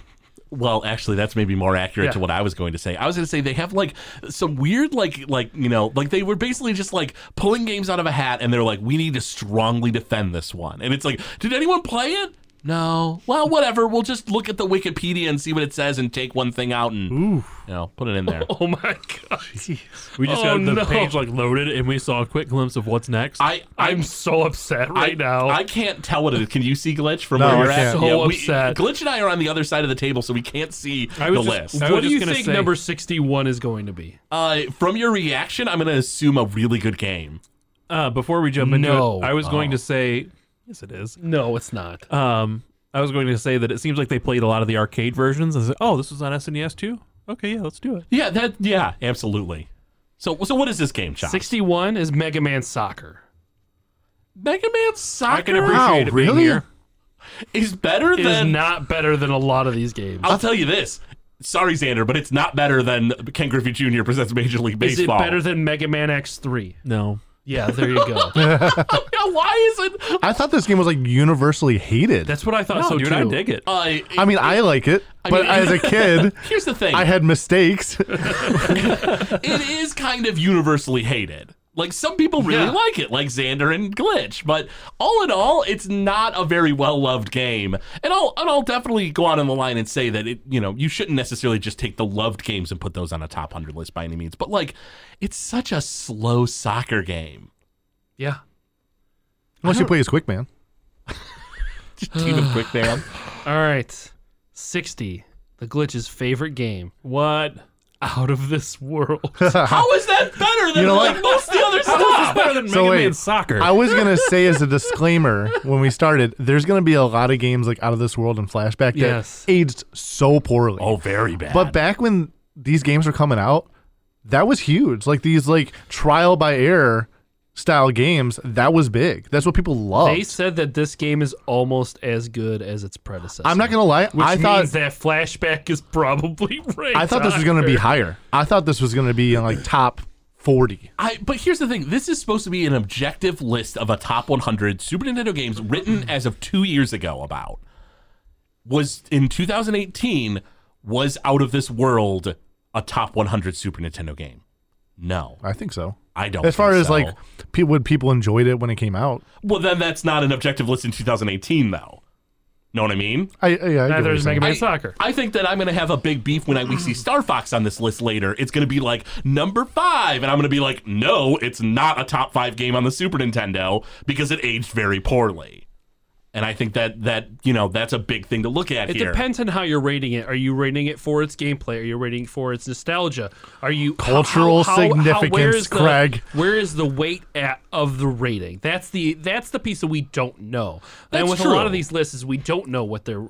[SPEAKER 2] well actually that's maybe more accurate to
[SPEAKER 4] Yeah.
[SPEAKER 2] what I was going to say. I was going to say they have like some weird like like you know like they were basically just like pulling games out of a hat and they're like we need to strongly defend this one. And it's like did anyone play it? No. Well, whatever. We'll just look at the Wikipedia and see what it says and take one thing out and you know, put it in
[SPEAKER 4] [laughs]
[SPEAKER 2] there.
[SPEAKER 4] [laughs] Oh my god.
[SPEAKER 1] We just got
[SPEAKER 4] Oh,
[SPEAKER 1] the
[SPEAKER 4] no.
[SPEAKER 1] page like loaded, and we saw a quick glimpse of what's next.
[SPEAKER 2] I
[SPEAKER 4] I'm so upset right
[SPEAKER 2] I,
[SPEAKER 4] now.
[SPEAKER 2] I can't tell what it is. Can you see Glitch from
[SPEAKER 3] No,
[SPEAKER 2] where
[SPEAKER 3] I
[SPEAKER 2] you're at?
[SPEAKER 3] can't.
[SPEAKER 4] So
[SPEAKER 2] we-
[SPEAKER 4] upset.
[SPEAKER 2] Glitch and I are on the other side of the table, so we can't see the
[SPEAKER 1] I was just-
[SPEAKER 2] list.
[SPEAKER 1] I was
[SPEAKER 4] what do
[SPEAKER 1] just
[SPEAKER 4] you
[SPEAKER 1] gonna
[SPEAKER 4] think
[SPEAKER 1] say-
[SPEAKER 4] number 61 is going to be?
[SPEAKER 2] Uh, from your reaction, I'm going to assume a really good game.
[SPEAKER 1] uh, before we jump into
[SPEAKER 4] No.
[SPEAKER 1] it, I was going to say, yes, it is.
[SPEAKER 4] No, it's not.
[SPEAKER 1] Um, I was going to say that it seems like they played a lot of the arcade versions. And said, oh, this was on SNES too. Okay, yeah, let's do it.
[SPEAKER 2] Yeah, that. Yeah, absolutely. So, so what is this game, Chop?
[SPEAKER 4] 61 is Mega Man Soccer.
[SPEAKER 2] Mega Man Soccer
[SPEAKER 1] I can appreciate it being
[SPEAKER 3] really?
[SPEAKER 1] here.
[SPEAKER 2] is better
[SPEAKER 4] It is
[SPEAKER 2] than.
[SPEAKER 4] not better than a lot of these games.
[SPEAKER 2] I'll tell you this. Sorry, Xander, but it's not better than Ken Griffey Jr. presents Major League
[SPEAKER 4] Is it
[SPEAKER 2] Baseball.
[SPEAKER 4] better than Mega Man X3?
[SPEAKER 1] No,
[SPEAKER 4] Yeah, there you go. [laughs]
[SPEAKER 2] yeah, [laughs] why is it?
[SPEAKER 3] I thought this game was like universally hated.
[SPEAKER 1] that's what I thought.
[SPEAKER 4] No,
[SPEAKER 1] so, dude,
[SPEAKER 4] dude.
[SPEAKER 1] I dig it.
[SPEAKER 2] Uh,
[SPEAKER 3] I mean, I like it, but
[SPEAKER 2] mean- [laughs]
[SPEAKER 3] as a kid,
[SPEAKER 2] here's the thing.
[SPEAKER 3] I had
[SPEAKER 2] [laughs]
[SPEAKER 3] mistakes.
[SPEAKER 2] it is kind of universally hated. Like some people really
[SPEAKER 4] Yeah.
[SPEAKER 2] like it, like Xander and Glitch. But all in all, it's not a very well loved game. And I'll and I'll definitely go out on the line and say that it you know you shouldn't necessarily just take the loved games and put those on a top hundred list by any means. But like, it's such a slow soccer game.
[SPEAKER 4] yeah.
[SPEAKER 3] Unless you play as Quick Man.
[SPEAKER 2] Just Team [sighs] of quick man.
[SPEAKER 4] All right. 60. The glitch's favorite game.
[SPEAKER 1] [laughs] what?
[SPEAKER 4] Out of this world.
[SPEAKER 3] [laughs]
[SPEAKER 2] How is that better than
[SPEAKER 3] You know
[SPEAKER 2] like
[SPEAKER 3] what?
[SPEAKER 2] most of the other
[SPEAKER 1] It's
[SPEAKER 2] stuff?
[SPEAKER 1] better than
[SPEAKER 3] So
[SPEAKER 1] Mega
[SPEAKER 3] wait,
[SPEAKER 1] Man Soccer.
[SPEAKER 3] I was gonna say as a disclaimer when we started, there's gonna be a lot of games like Out of This World and Flashback that
[SPEAKER 4] Yes.
[SPEAKER 3] aged so poorly.
[SPEAKER 2] Oh, very bad.
[SPEAKER 3] But back when these games were coming out, that was huge. Like these like trial by error style games, that was big. That's what people loved.
[SPEAKER 4] they said that this game is almost as good as its predecessor.
[SPEAKER 3] I'm not gonna lie,
[SPEAKER 4] Which
[SPEAKER 3] I
[SPEAKER 4] means
[SPEAKER 3] thought
[SPEAKER 4] that flashback is probably [laughs] right.
[SPEAKER 3] I thought this was gonna be
[SPEAKER 4] high.
[SPEAKER 3] higher. I thought this was gonna be in like top forty.
[SPEAKER 2] I, but here's the thing. This is supposed to be an objective list of a top 100 Super Nintendo games written as of two years ago. About was in 2018 was Out of This World a top 100 Super Nintendo game? No,
[SPEAKER 3] I think so.
[SPEAKER 2] I don't.
[SPEAKER 3] As far
[SPEAKER 2] think
[SPEAKER 3] as
[SPEAKER 2] so.
[SPEAKER 3] like pe- would people enjoyed it when it came out?
[SPEAKER 2] well, then that's not an objective list in 2018, though. Know what I mean?
[SPEAKER 3] I, I, I get what
[SPEAKER 4] Neither
[SPEAKER 3] you're
[SPEAKER 4] is
[SPEAKER 3] saying.
[SPEAKER 4] Mega Man
[SPEAKER 2] I-
[SPEAKER 4] Soccer.
[SPEAKER 2] I think that I'm going to have a big beef when I, we see Star Fox on this list later. It's going to be like number five, and I'm going to be like, no, it's not a top five game on the Super Nintendo because it aged very poorly. And I think that that you know that's a big thing to look at
[SPEAKER 4] It
[SPEAKER 2] here.
[SPEAKER 4] depends on how you're rating it. Are you rating it for its gameplay? Are you rating it for its nostalgia? Are you where
[SPEAKER 3] Cultural significance,
[SPEAKER 4] is the-
[SPEAKER 3] Craig.
[SPEAKER 4] Where is the weight at of the rating? That's the that's the piece that we don't know.
[SPEAKER 2] That's
[SPEAKER 4] and with a lot
[SPEAKER 2] true.
[SPEAKER 4] of these lists, is we don't know what they're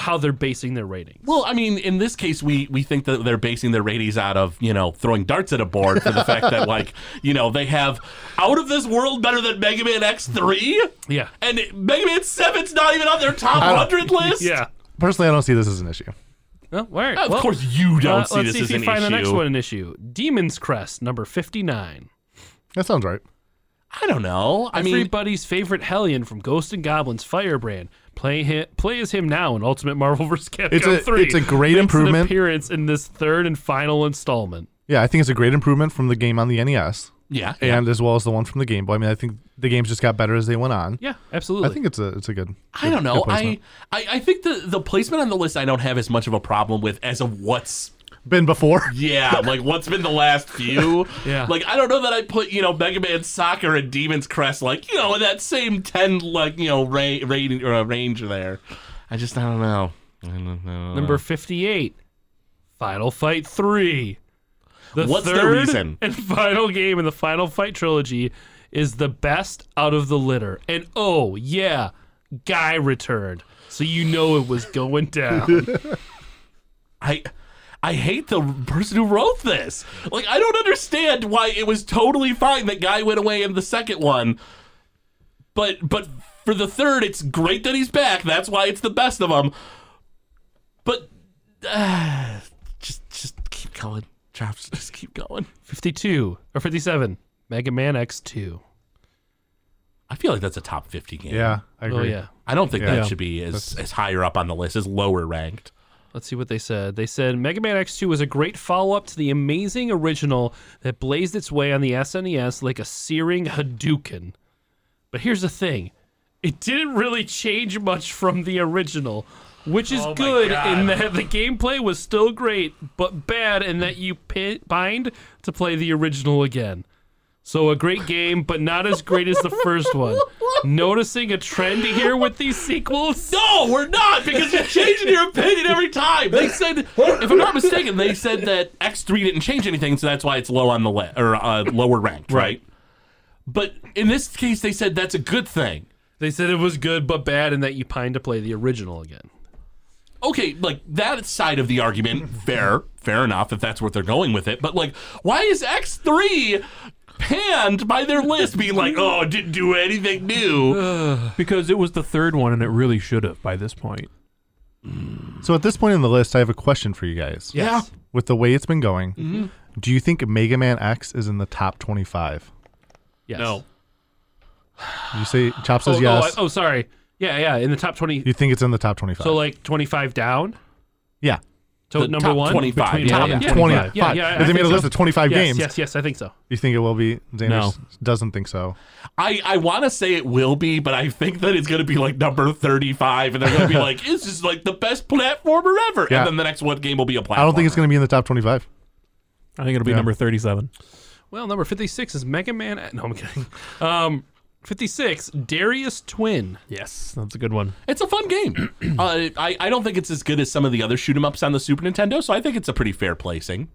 [SPEAKER 4] how they're basing their rating.
[SPEAKER 2] Well, I mean, in this case, we we think that they're basing their ratings out of you know throwing darts at a board for the fact that like [laughs] you know they have out of this world better than Mega Man X three.
[SPEAKER 4] Yeah.
[SPEAKER 2] And Mega Man 7's not even on their top 100 list.
[SPEAKER 4] Yeah.
[SPEAKER 3] Personally, I don't see this as an issue.
[SPEAKER 4] Oh, all right.
[SPEAKER 2] Of
[SPEAKER 4] well,
[SPEAKER 2] course, you
[SPEAKER 4] uh,
[SPEAKER 2] don't see
[SPEAKER 4] let's
[SPEAKER 2] this
[SPEAKER 4] see
[SPEAKER 2] as
[SPEAKER 4] if you
[SPEAKER 2] an
[SPEAKER 4] find
[SPEAKER 2] issue.
[SPEAKER 4] the next one an issue. Demon's Crest, number fifty-nine.
[SPEAKER 3] That sounds right.
[SPEAKER 2] I don't know. I mean,
[SPEAKER 4] Everybody's favorite Hellion from Ghost and Goblins, Firebrand. Play him, play as him now in Ultimate Marvel vs. Capcom
[SPEAKER 3] It's a-
[SPEAKER 4] 3.
[SPEAKER 3] it's a great
[SPEAKER 4] Makes An
[SPEAKER 3] improvement.
[SPEAKER 4] appearance in this third and final installment.
[SPEAKER 3] Yeah, I think it's a great improvement from the game on the NES,
[SPEAKER 2] yeah.
[SPEAKER 3] and as well as the one from the Game Boy. I mean, I think the games just got better as they went on.
[SPEAKER 4] Yeah,
[SPEAKER 3] I
[SPEAKER 4] absolutely.
[SPEAKER 3] think it's a it's a good.
[SPEAKER 2] I don't know.
[SPEAKER 3] good
[SPEAKER 2] I,
[SPEAKER 3] placement.
[SPEAKER 2] I I think the the placement on the list I don't have as much of a problem with as of what's
[SPEAKER 3] been before.
[SPEAKER 4] [laughs]
[SPEAKER 2] yeah like what's been the last few
[SPEAKER 4] Yeah.
[SPEAKER 2] like I don't know that I put you know Mega Man Soccer and Demon's Crest like you know in that same ten like you know ra- rating or uh, range there. I just I don't know. I don't know.
[SPEAKER 4] Number 58, Final Fight 3. The
[SPEAKER 2] What's the
[SPEAKER 4] third
[SPEAKER 2] reason?
[SPEAKER 4] [laughs] And final game in the Final Fight trilogy is the best out of the litter. And oh, yeah, Guy returned. So you know it was
[SPEAKER 2] [laughs]
[SPEAKER 4] going down.
[SPEAKER 2] I I hate the person who wrote this. Like I don't understand why it was totally fine that guy went away in the second one. But but for the third it's great that he's back. That's why it's the best of them. But [sighs] uh, just just keep [laughs] going. Traps, just keep going.
[SPEAKER 4] 52 or 57, Mega Man X2.
[SPEAKER 2] I feel like that's a top 50 game.
[SPEAKER 3] [laughs] Yeah, I agree.
[SPEAKER 4] Oh yeah.
[SPEAKER 2] I don't think
[SPEAKER 3] Yeah.
[SPEAKER 2] that should be as, as higher up on the list as lower ranked.
[SPEAKER 4] Let's see what they said. They said Mega Man X2 was a great follow up to the amazing original that blazed its way on the SNES like a searing Hadouken. But here's the thing it didn't really change much from the original, which is good in that the gameplay was still great, but bad in that you pi- pined to play the original again. So a great game, but not as great as the first one. Noticing a trend here with these sequels?
[SPEAKER 2] No, we're not because you're changing your opinion every time. They said, if I'm not mistaken, they said that X3 didn't change anything, so that's why it's low on the list or uh, lower ranked, right? But in this case, they said that's a good thing.
[SPEAKER 4] They said it was good but bad and that you pined to play the original again.
[SPEAKER 2] Okay, like that side of the argument, fair, fair enough if that's what they're going with it. But like, why is X3 panned by their list being like, oh, it didn't do anything new?
[SPEAKER 1] because it was the third one and it really should have by this point.
[SPEAKER 3] So at this point in the list, I have a question for you guys.
[SPEAKER 2] Yes.
[SPEAKER 3] With the way it's been going,
[SPEAKER 4] Mm-hmm.
[SPEAKER 3] do you think Mega Man X is in the top 25?
[SPEAKER 4] Yes.
[SPEAKER 2] No.
[SPEAKER 4] [gasps]
[SPEAKER 3] You say Chop
[SPEAKER 4] Oh,
[SPEAKER 3] says
[SPEAKER 4] oh,
[SPEAKER 3] yes.
[SPEAKER 4] I- oh, sorry. Yeah, yeah, in the top 20.
[SPEAKER 3] You think it's in the top 25?
[SPEAKER 4] So like 25 down
[SPEAKER 3] yeah.
[SPEAKER 4] to
[SPEAKER 2] The
[SPEAKER 4] number
[SPEAKER 2] top
[SPEAKER 4] one.
[SPEAKER 2] 25,
[SPEAKER 4] Between-
[SPEAKER 2] yeah,
[SPEAKER 4] top
[SPEAKER 2] yeah.
[SPEAKER 4] and
[SPEAKER 3] 20.
[SPEAKER 4] Yeah, yeah,
[SPEAKER 3] Fuck.
[SPEAKER 4] yeah, I
[SPEAKER 3] If they made
[SPEAKER 4] think
[SPEAKER 3] a list
[SPEAKER 4] so.
[SPEAKER 3] of 25
[SPEAKER 4] Yes,
[SPEAKER 3] games,
[SPEAKER 4] yes, yes, I think so.
[SPEAKER 3] you think it will be? Xander
[SPEAKER 1] No.
[SPEAKER 3] s- doesn't think so.
[SPEAKER 2] I, I want to say it will be, but I think that it's going to be like number 35, and they're going to be like, this is like the best platformer ever.
[SPEAKER 3] Yeah.
[SPEAKER 2] And then the next one game will be a platformer.
[SPEAKER 3] I don't think it's going to be in the top 25.
[SPEAKER 1] I think it'll be number 37.
[SPEAKER 4] Well, number 56 is Mega Man. No, I'm kidding. [laughs] Um, 56, Darius Twin.
[SPEAKER 1] Yes, that's a good one.
[SPEAKER 2] It's a fun game. uh, I, I don't think it's as good as some of the other shoot 'em ups on the Super Nintendo, so I think it's a pretty fair placing.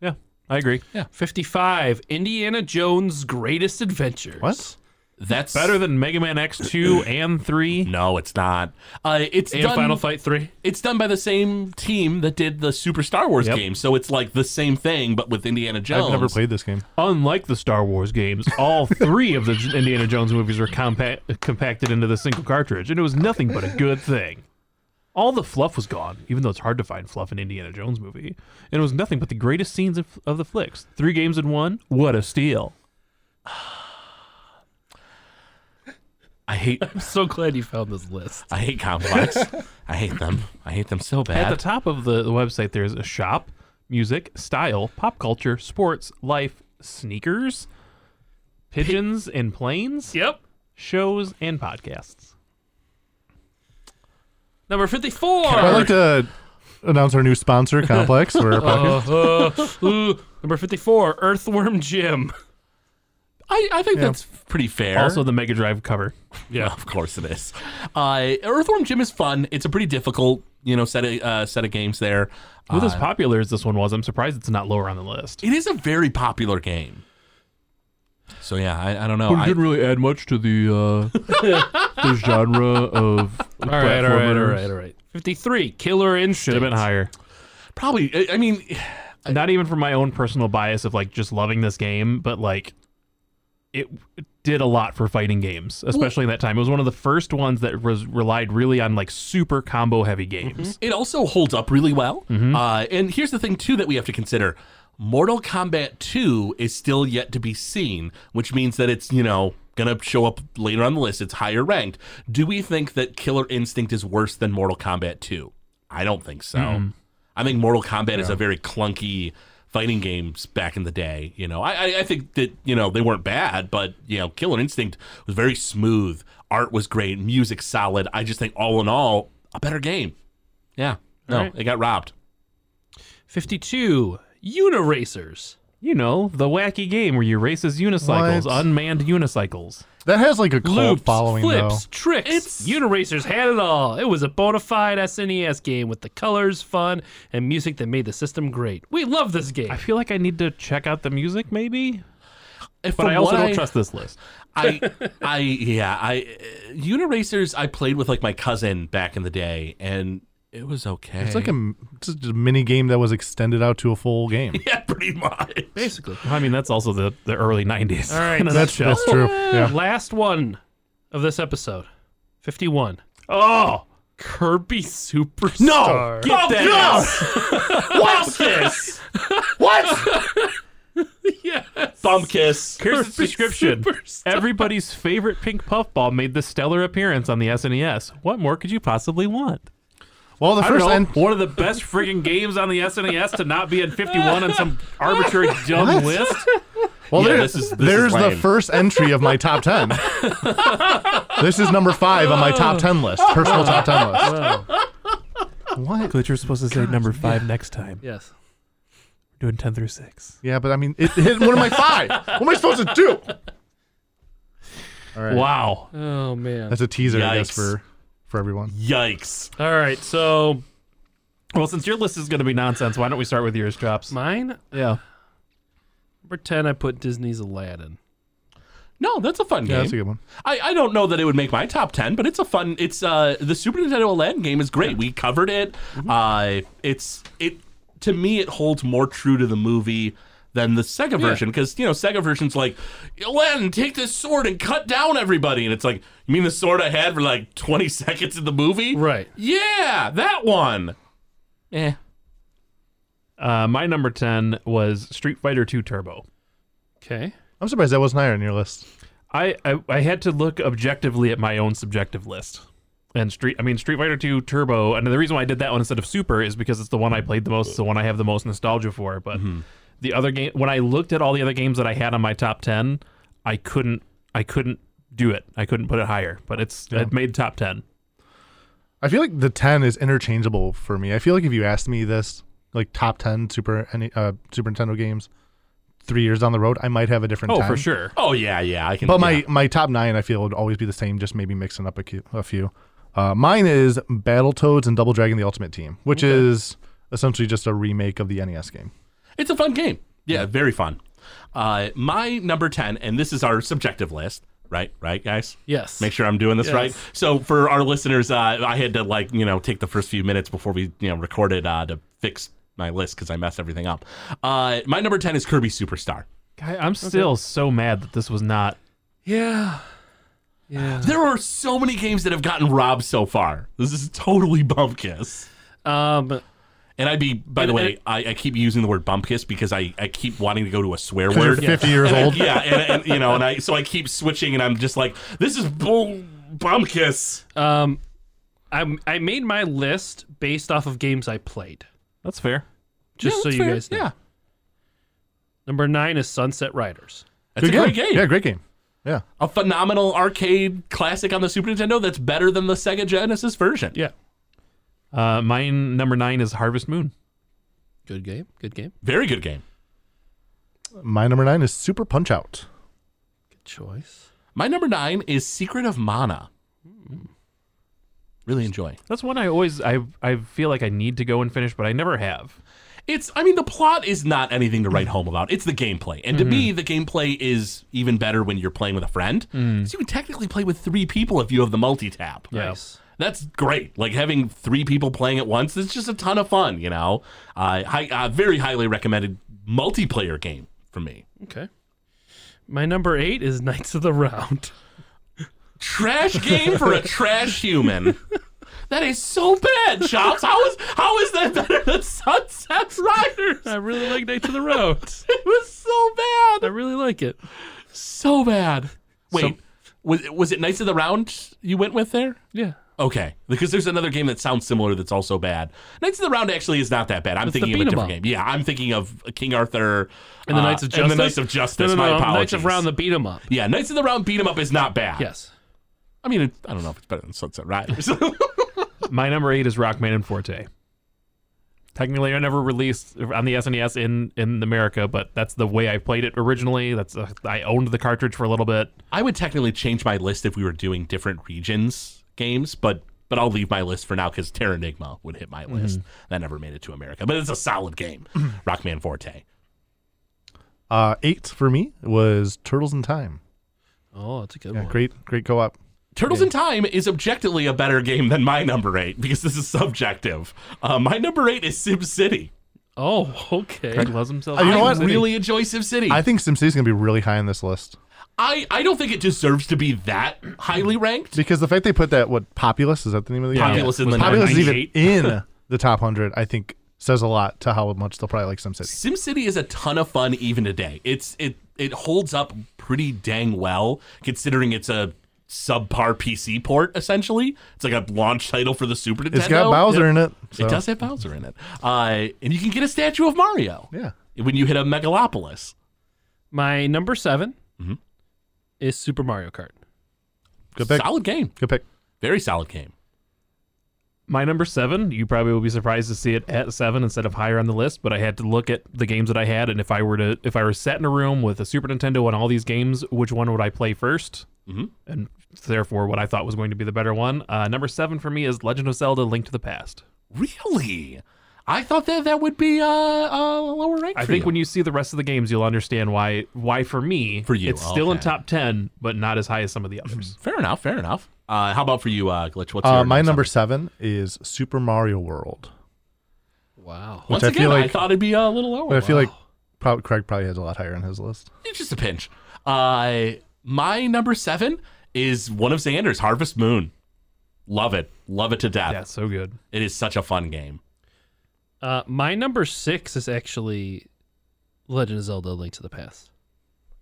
[SPEAKER 1] Yeah, I agree.
[SPEAKER 4] 55, Indiana Jones' Greatest Adventures.
[SPEAKER 3] What?
[SPEAKER 2] That's
[SPEAKER 1] Better than Mega Man X2 and 3.
[SPEAKER 2] No, it's not. Uh, it's
[SPEAKER 4] And
[SPEAKER 2] done.
[SPEAKER 4] Final Fight 3.
[SPEAKER 2] it's done by the same team that did the Super Star Wars
[SPEAKER 1] Yep.
[SPEAKER 2] game, so it's like the same thing, but with Indiana Jones.
[SPEAKER 3] I've never played this game.
[SPEAKER 1] Unlike the Star Wars games, all three of the J- Indiana Jones movies were compa- compacted into the single cartridge, and it was nothing but a good thing. All the fluff was gone, even though it's hard to find fluff in Indiana Jones movie, and it was nothing but the greatest scenes of, of the flicks. Three games in one, what a steal!
[SPEAKER 2] I hate.
[SPEAKER 4] I'm [laughs] so glad you found this list.
[SPEAKER 2] I hate complex. I hate them. I hate them so
[SPEAKER 1] At
[SPEAKER 2] bad.
[SPEAKER 1] the top of the, the website, there's a shop, music, style, pop culture, sports, life, sneakers, pigeons and planes,
[SPEAKER 4] Yep.
[SPEAKER 1] shows and podcasts.
[SPEAKER 4] Number 54.
[SPEAKER 3] I'd like to announce our new sponsor, Complex. We're a podcast.
[SPEAKER 4] [laughs] Uh, uh, ooh, number 54, Earthworm Jim.
[SPEAKER 2] I, I think that's pretty fair.
[SPEAKER 1] Also, the Mega Drive cover.
[SPEAKER 2] yeah, of course it is. Uh, Earthworm Jim is fun. It's a pretty difficult, you know, set of uh, set of games there. Uh,
[SPEAKER 1] With as popular as this one was, I'm surprised it's not lower on the list.
[SPEAKER 2] it is a very popular game. So yeah, I, I don't know. I-
[SPEAKER 1] really add much to the uh, the genre of. All
[SPEAKER 4] All right, all right, all right, all right. 53, Killer Instinct.
[SPEAKER 1] Should have been higher.
[SPEAKER 2] probably. I, I mean,
[SPEAKER 1] Not even from my own personal bias of like just loving this game, but like it it did a lot for fighting games, especially in that time. It was one of the first ones that was relied really on like super combo heavy games.
[SPEAKER 2] It also holds up really well. Uh, and here's the thing, too, that we have to consider Mortal Kombat 2 is still yet to be seen, which means that it's, you know, going to show up later on the list. It's higher ranked. Do we think that Killer Instinct is worse than Mortal Kombat 2? I don't think so. I think Mortal Kombat is a very clunky fighting games back in the day. You know, I, I, I think that, you know, they weren't bad, but, you know, Killer Instinct was very smooth. Art was great. Music solid. I just think all in all, a better game. Yeah. No,
[SPEAKER 4] right.
[SPEAKER 2] it got robbed.
[SPEAKER 4] 52, Uniracers.
[SPEAKER 1] You know, the wacky game where you race as unicycles,
[SPEAKER 3] What?
[SPEAKER 1] unmanned unicycles.
[SPEAKER 3] That has like a cult
[SPEAKER 4] Loops,
[SPEAKER 3] following,
[SPEAKER 4] flips,
[SPEAKER 3] though.
[SPEAKER 4] tricks. Uniracers had it all. It was a bona fide SNES game with the colors, fun, and music that made the system great. We love this game.
[SPEAKER 1] I feel like I need to check out the music, maybe.
[SPEAKER 2] If
[SPEAKER 1] But I also don't trust this list.
[SPEAKER 2] I, [laughs] I, yeah, I, uh, Uniracers, I played with like my cousin back in the day, and it was okay.
[SPEAKER 3] It's like a, m- it's just a mini game that was extended out to a full game.
[SPEAKER 2] [laughs] yeah, pretty much.
[SPEAKER 4] Basically.
[SPEAKER 1] I mean, that's also the, the early 90s. All [laughs]
[SPEAKER 4] right,
[SPEAKER 1] in a
[SPEAKER 3] That's,
[SPEAKER 1] nutshell.
[SPEAKER 3] that's true. Yeah.
[SPEAKER 4] Last one of this episode, 51,
[SPEAKER 1] Oh,
[SPEAKER 4] Kirby Superstar.
[SPEAKER 2] [laughs]
[SPEAKER 3] [laughs]
[SPEAKER 2] No, get that. What's this? What?
[SPEAKER 4] yes.
[SPEAKER 2] Bum kiss.
[SPEAKER 1] Here's the description.
[SPEAKER 4] Superstar.
[SPEAKER 1] Everybody's favorite pink puffball made the stellar appearance on the SNES. What more could you possibly want?
[SPEAKER 3] Well, the
[SPEAKER 1] I don't
[SPEAKER 3] first
[SPEAKER 1] know,
[SPEAKER 3] end.
[SPEAKER 1] one of the best friggin' games on the SNES to not be in 51 on some arbitrary dumb list.
[SPEAKER 3] Well,
[SPEAKER 2] Yeah,
[SPEAKER 3] there-
[SPEAKER 2] this is- this is
[SPEAKER 3] there's the
[SPEAKER 2] lame.
[SPEAKER 3] first entry of my
[SPEAKER 1] [laughs]
[SPEAKER 3] top ten. this is number five on my top ten list, personal top ten list. What?
[SPEAKER 1] Glitch, you're supposed to say number five next time.
[SPEAKER 4] Yes.
[SPEAKER 1] We're doing 10 through 6.
[SPEAKER 3] Yeah, but I mean, it hit one of my five. What am I supposed to do? All right.
[SPEAKER 1] Wow.
[SPEAKER 4] Oh man.
[SPEAKER 3] That's a teaser, I guess,
[SPEAKER 2] Yikes.
[SPEAKER 3] for for everyone.
[SPEAKER 2] Yikes.
[SPEAKER 4] All right. So
[SPEAKER 1] Well, since your list is going to be nonsense, why don't we start with yours, Drops?
[SPEAKER 4] mine
[SPEAKER 1] yeah.
[SPEAKER 4] number ten. I put Disney's Aladdin.
[SPEAKER 2] No, that's a fun
[SPEAKER 3] Yeah,
[SPEAKER 2] game.
[SPEAKER 3] that's a good one.
[SPEAKER 2] I, I don't know that it would make my top 10, but it's a fun it's uh the Super Nintendo Aladdin game is great. We covered it.
[SPEAKER 3] Mm-hmm.
[SPEAKER 2] Uh it's it to me it holds more true to the movie than the Sega version cuz you know Sega version's like Aladdin take this sword and cut down everybody and it's like you mean the sword I had for like 20 [laughs] seconds in the movie?
[SPEAKER 4] Right.
[SPEAKER 2] Yeah, that one. Yeah.
[SPEAKER 1] Uh, my number 10 was Street Fighter 2 Turbo.
[SPEAKER 4] Okay.
[SPEAKER 3] I'm surprised that wasn't higher on your list.
[SPEAKER 1] I, I I had to look objectively at my own subjective list. And Street I mean Street Fighter 2 Turbo, and the reason why I did that one instead of Super is because it's the one I played the most, it's the one I have the most nostalgia for. But
[SPEAKER 3] Mm-hmm.
[SPEAKER 1] the other game when I looked at all the other games that I had on my top ten, I couldn't I couldn't do it. I couldn't put it higher. But it's it made top ten.
[SPEAKER 3] I feel like the ten is interchangeable for me. I feel like if you asked me this, like top ten Super any uh, Super Nintendo games, three years down the road, I might have a different.
[SPEAKER 1] Oh,
[SPEAKER 3] 10.
[SPEAKER 1] for sure.
[SPEAKER 2] Oh yeah, yeah, I can
[SPEAKER 3] But my
[SPEAKER 2] yeah.
[SPEAKER 3] my top nine, I feel, would always be the same, just maybe mixing up a, cu- a few. Uh, mine is Battletoads and Double Dragon: The Ultimate Team, which is essentially just a remake of the NES game.
[SPEAKER 2] It's a fun game.
[SPEAKER 3] Mm-hmm.
[SPEAKER 2] Yeah, very fun. Uh, my number 10, and this is our subjective list, right? Right, guys?
[SPEAKER 4] Yes.
[SPEAKER 2] Make sure I'm doing this
[SPEAKER 4] Yes.
[SPEAKER 2] right. So for our listeners, uh, I had to like, you know, take the first few minutes before we, you know, recorded uh, to fix my list because I messed everything up. Uh, my number 10 is Kirby Superstar.
[SPEAKER 1] I, I'm still so mad that this was not
[SPEAKER 4] Yeah. Yeah.
[SPEAKER 2] There are so many games that have gotten robbed so far. This is totally bump kiss.
[SPEAKER 4] Um.
[SPEAKER 2] And I'd be, by the
[SPEAKER 4] And-
[SPEAKER 2] way, I, I keep using the word bump kiss because I, I keep wanting to go to a swear
[SPEAKER 3] Because you're
[SPEAKER 2] word.
[SPEAKER 3] 50 years
[SPEAKER 2] And I-
[SPEAKER 3] old.
[SPEAKER 2] yeah, and, and you know, and I so I keep switching, and I'm just like, this is bull bumpkiss.
[SPEAKER 4] Um. I I made my list based off of games I played.
[SPEAKER 1] that's fair.
[SPEAKER 4] Just
[SPEAKER 2] Yeah,
[SPEAKER 4] so
[SPEAKER 2] that's
[SPEAKER 4] you
[SPEAKER 2] fair.
[SPEAKER 4] guys know.
[SPEAKER 2] yeah,
[SPEAKER 4] Number nine is Sunset Riders.
[SPEAKER 2] that's
[SPEAKER 3] Good
[SPEAKER 2] a great game.
[SPEAKER 3] Yeah, great game. Yeah,
[SPEAKER 2] A phenomenal arcade classic on the Super Nintendo that's better than the Sega Genesis version.
[SPEAKER 4] Yeah.
[SPEAKER 1] Uh, my number nine is Harvest Moon.
[SPEAKER 4] Good game. Good game.
[SPEAKER 2] very good game.
[SPEAKER 3] my number nine is Super Punch Out.
[SPEAKER 4] Good choice.
[SPEAKER 2] My number nine is Secret of Mana. Hmm. Really enjoy.
[SPEAKER 1] That's one I always I I feel like I need to go and finish, but I never have.
[SPEAKER 2] It's, I mean, the plot is not anything to write home about. It's the gameplay. And to me, the gameplay is even better when you're playing with a friend. So you can technically play with three people if you have the multi tap.
[SPEAKER 4] Nice.
[SPEAKER 2] That's great. Like having three people playing at once is just a ton of fun, you know? Uh, high, uh, very highly recommended multiplayer game for me.
[SPEAKER 4] Okay. My number eight is Knights of the Round. [laughs]
[SPEAKER 2] Trash game for a trash human. That is so bad, Chops. How is, how is that better than Sunset Riders?
[SPEAKER 4] I really like Knights of the Round.
[SPEAKER 2] [laughs] It was so
[SPEAKER 4] I
[SPEAKER 2] bad.
[SPEAKER 4] really like it.
[SPEAKER 2] So bad. Wait,
[SPEAKER 4] So-
[SPEAKER 2] was, was it Knights of the Round you went with there?
[SPEAKER 4] Yeah.
[SPEAKER 2] Okay, because there's another game that sounds similar that's also bad. Knights of the Round actually is not that bad. I'm
[SPEAKER 4] It's the
[SPEAKER 2] thinking of a
[SPEAKER 4] beat 'em
[SPEAKER 2] different
[SPEAKER 4] up.
[SPEAKER 2] game. Yeah, I'm thinking of King Arthur
[SPEAKER 4] Ah, And the
[SPEAKER 2] uh,
[SPEAKER 4] Knights of
[SPEAKER 2] And
[SPEAKER 4] Justice.
[SPEAKER 2] the Knights of Justice.
[SPEAKER 4] No, no,
[SPEAKER 2] My
[SPEAKER 4] no,
[SPEAKER 2] apologies.
[SPEAKER 4] Knights of Round, the beat 'em up.
[SPEAKER 2] yeah, Knights of the Round beat 'em up is not bad.
[SPEAKER 4] Yes.
[SPEAKER 2] I mean, it, I don't know if it's better than Sunset [laughs] Riders.
[SPEAKER 1] My number eight is Rockman and Forte. Technically, I never released on the SNES in in America, but that's the way I played it originally. That's uh, I owned the cartridge for a little bit.
[SPEAKER 2] I would technically change my list if we were doing different regions games, but but I'll leave my list for now because Terranigma would hit my list.
[SPEAKER 3] Mm-hmm.
[SPEAKER 2] That never made it to America, but it's a solid
[SPEAKER 3] [clears throat]
[SPEAKER 2] game. Rockman Forte.
[SPEAKER 3] Uh, eight for me was Turtles in Time.
[SPEAKER 4] Oh, that's a good
[SPEAKER 3] Yeah,
[SPEAKER 4] one.
[SPEAKER 3] great, great co-op.
[SPEAKER 2] Turtles in Time is objectively a better game than my number eight because this is subjective. Uh, my number eight is Sim City.
[SPEAKER 4] Oh, okay.
[SPEAKER 1] He loves himself.
[SPEAKER 3] Uh, You know
[SPEAKER 2] I
[SPEAKER 3] what?
[SPEAKER 2] really enjoy Sim City.
[SPEAKER 3] I
[SPEAKER 2] I,
[SPEAKER 3] think SimCity's gonna be really high on this list
[SPEAKER 2] I don't think it deserves to be that highly ranked.
[SPEAKER 3] because the fact they put that what Populous is that the name of the game?
[SPEAKER 2] Populous in
[SPEAKER 1] Was
[SPEAKER 2] the
[SPEAKER 1] Populous
[SPEAKER 3] Populous is
[SPEAKER 2] 90s.
[SPEAKER 3] even in the top hundred. I think says a lot to how much they'll probably like SimCity.
[SPEAKER 2] SimCity is a ton of fun even today. It's it it holds up pretty dang well considering it's a subpar PC port essentially. It's like a launch title for the Super Nintendo.
[SPEAKER 3] It's got Bowser in it. so-
[SPEAKER 2] It does have Bowser in it. Uh, and you can get a statue of Mario
[SPEAKER 3] Yeah.
[SPEAKER 2] when you hit a megalopolis.
[SPEAKER 4] My number 7 is Super Mario Kart.
[SPEAKER 3] Good pick.
[SPEAKER 2] Solid game.
[SPEAKER 3] Good pick.
[SPEAKER 2] Very solid game.
[SPEAKER 1] My number seven, you probably will be surprised to see it at seven instead of higher on the list, but I had to look at the games that I had, and if I were to, if I were sat in a room with a Super Nintendo and all these games, which one would I play 1st
[SPEAKER 2] Mhm.
[SPEAKER 1] And therefore, what I thought was going to be the better one. Uh, number seven for me is Legend of Zelda: Link to the Past.
[SPEAKER 2] Really? I thought that that would be uh, uh lower rank.
[SPEAKER 1] I
[SPEAKER 2] for
[SPEAKER 1] think
[SPEAKER 2] you.
[SPEAKER 1] when you see the rest of the games, you'll understand why. Why for me,
[SPEAKER 2] For you,
[SPEAKER 1] it's still in
[SPEAKER 2] okay. Mm-hmm.
[SPEAKER 1] top ten, but not as high as some of the others.
[SPEAKER 2] fair enough, fair enough. Uh, how about for you, uh, Glitch? What's
[SPEAKER 3] Uh,
[SPEAKER 2] your
[SPEAKER 3] my number
[SPEAKER 2] seven?
[SPEAKER 3] seven is Super Mario World,
[SPEAKER 4] Wow.
[SPEAKER 3] which
[SPEAKER 2] Once
[SPEAKER 3] I
[SPEAKER 2] again,
[SPEAKER 3] feel
[SPEAKER 2] I
[SPEAKER 3] like,
[SPEAKER 2] thought it'd be a little lower.
[SPEAKER 3] but I feel
[SPEAKER 2] Wow.
[SPEAKER 3] like prob- Craig probably has a lot higher on his list.
[SPEAKER 2] It's just a pinch. Uh, my number seven is one of Xander's Harvest Moon. Love it, love it to death.
[SPEAKER 1] Yeah, so good.
[SPEAKER 2] It is such a fun game.
[SPEAKER 4] Uh, my number 6 is actually Legend of Zelda: Link to the Past.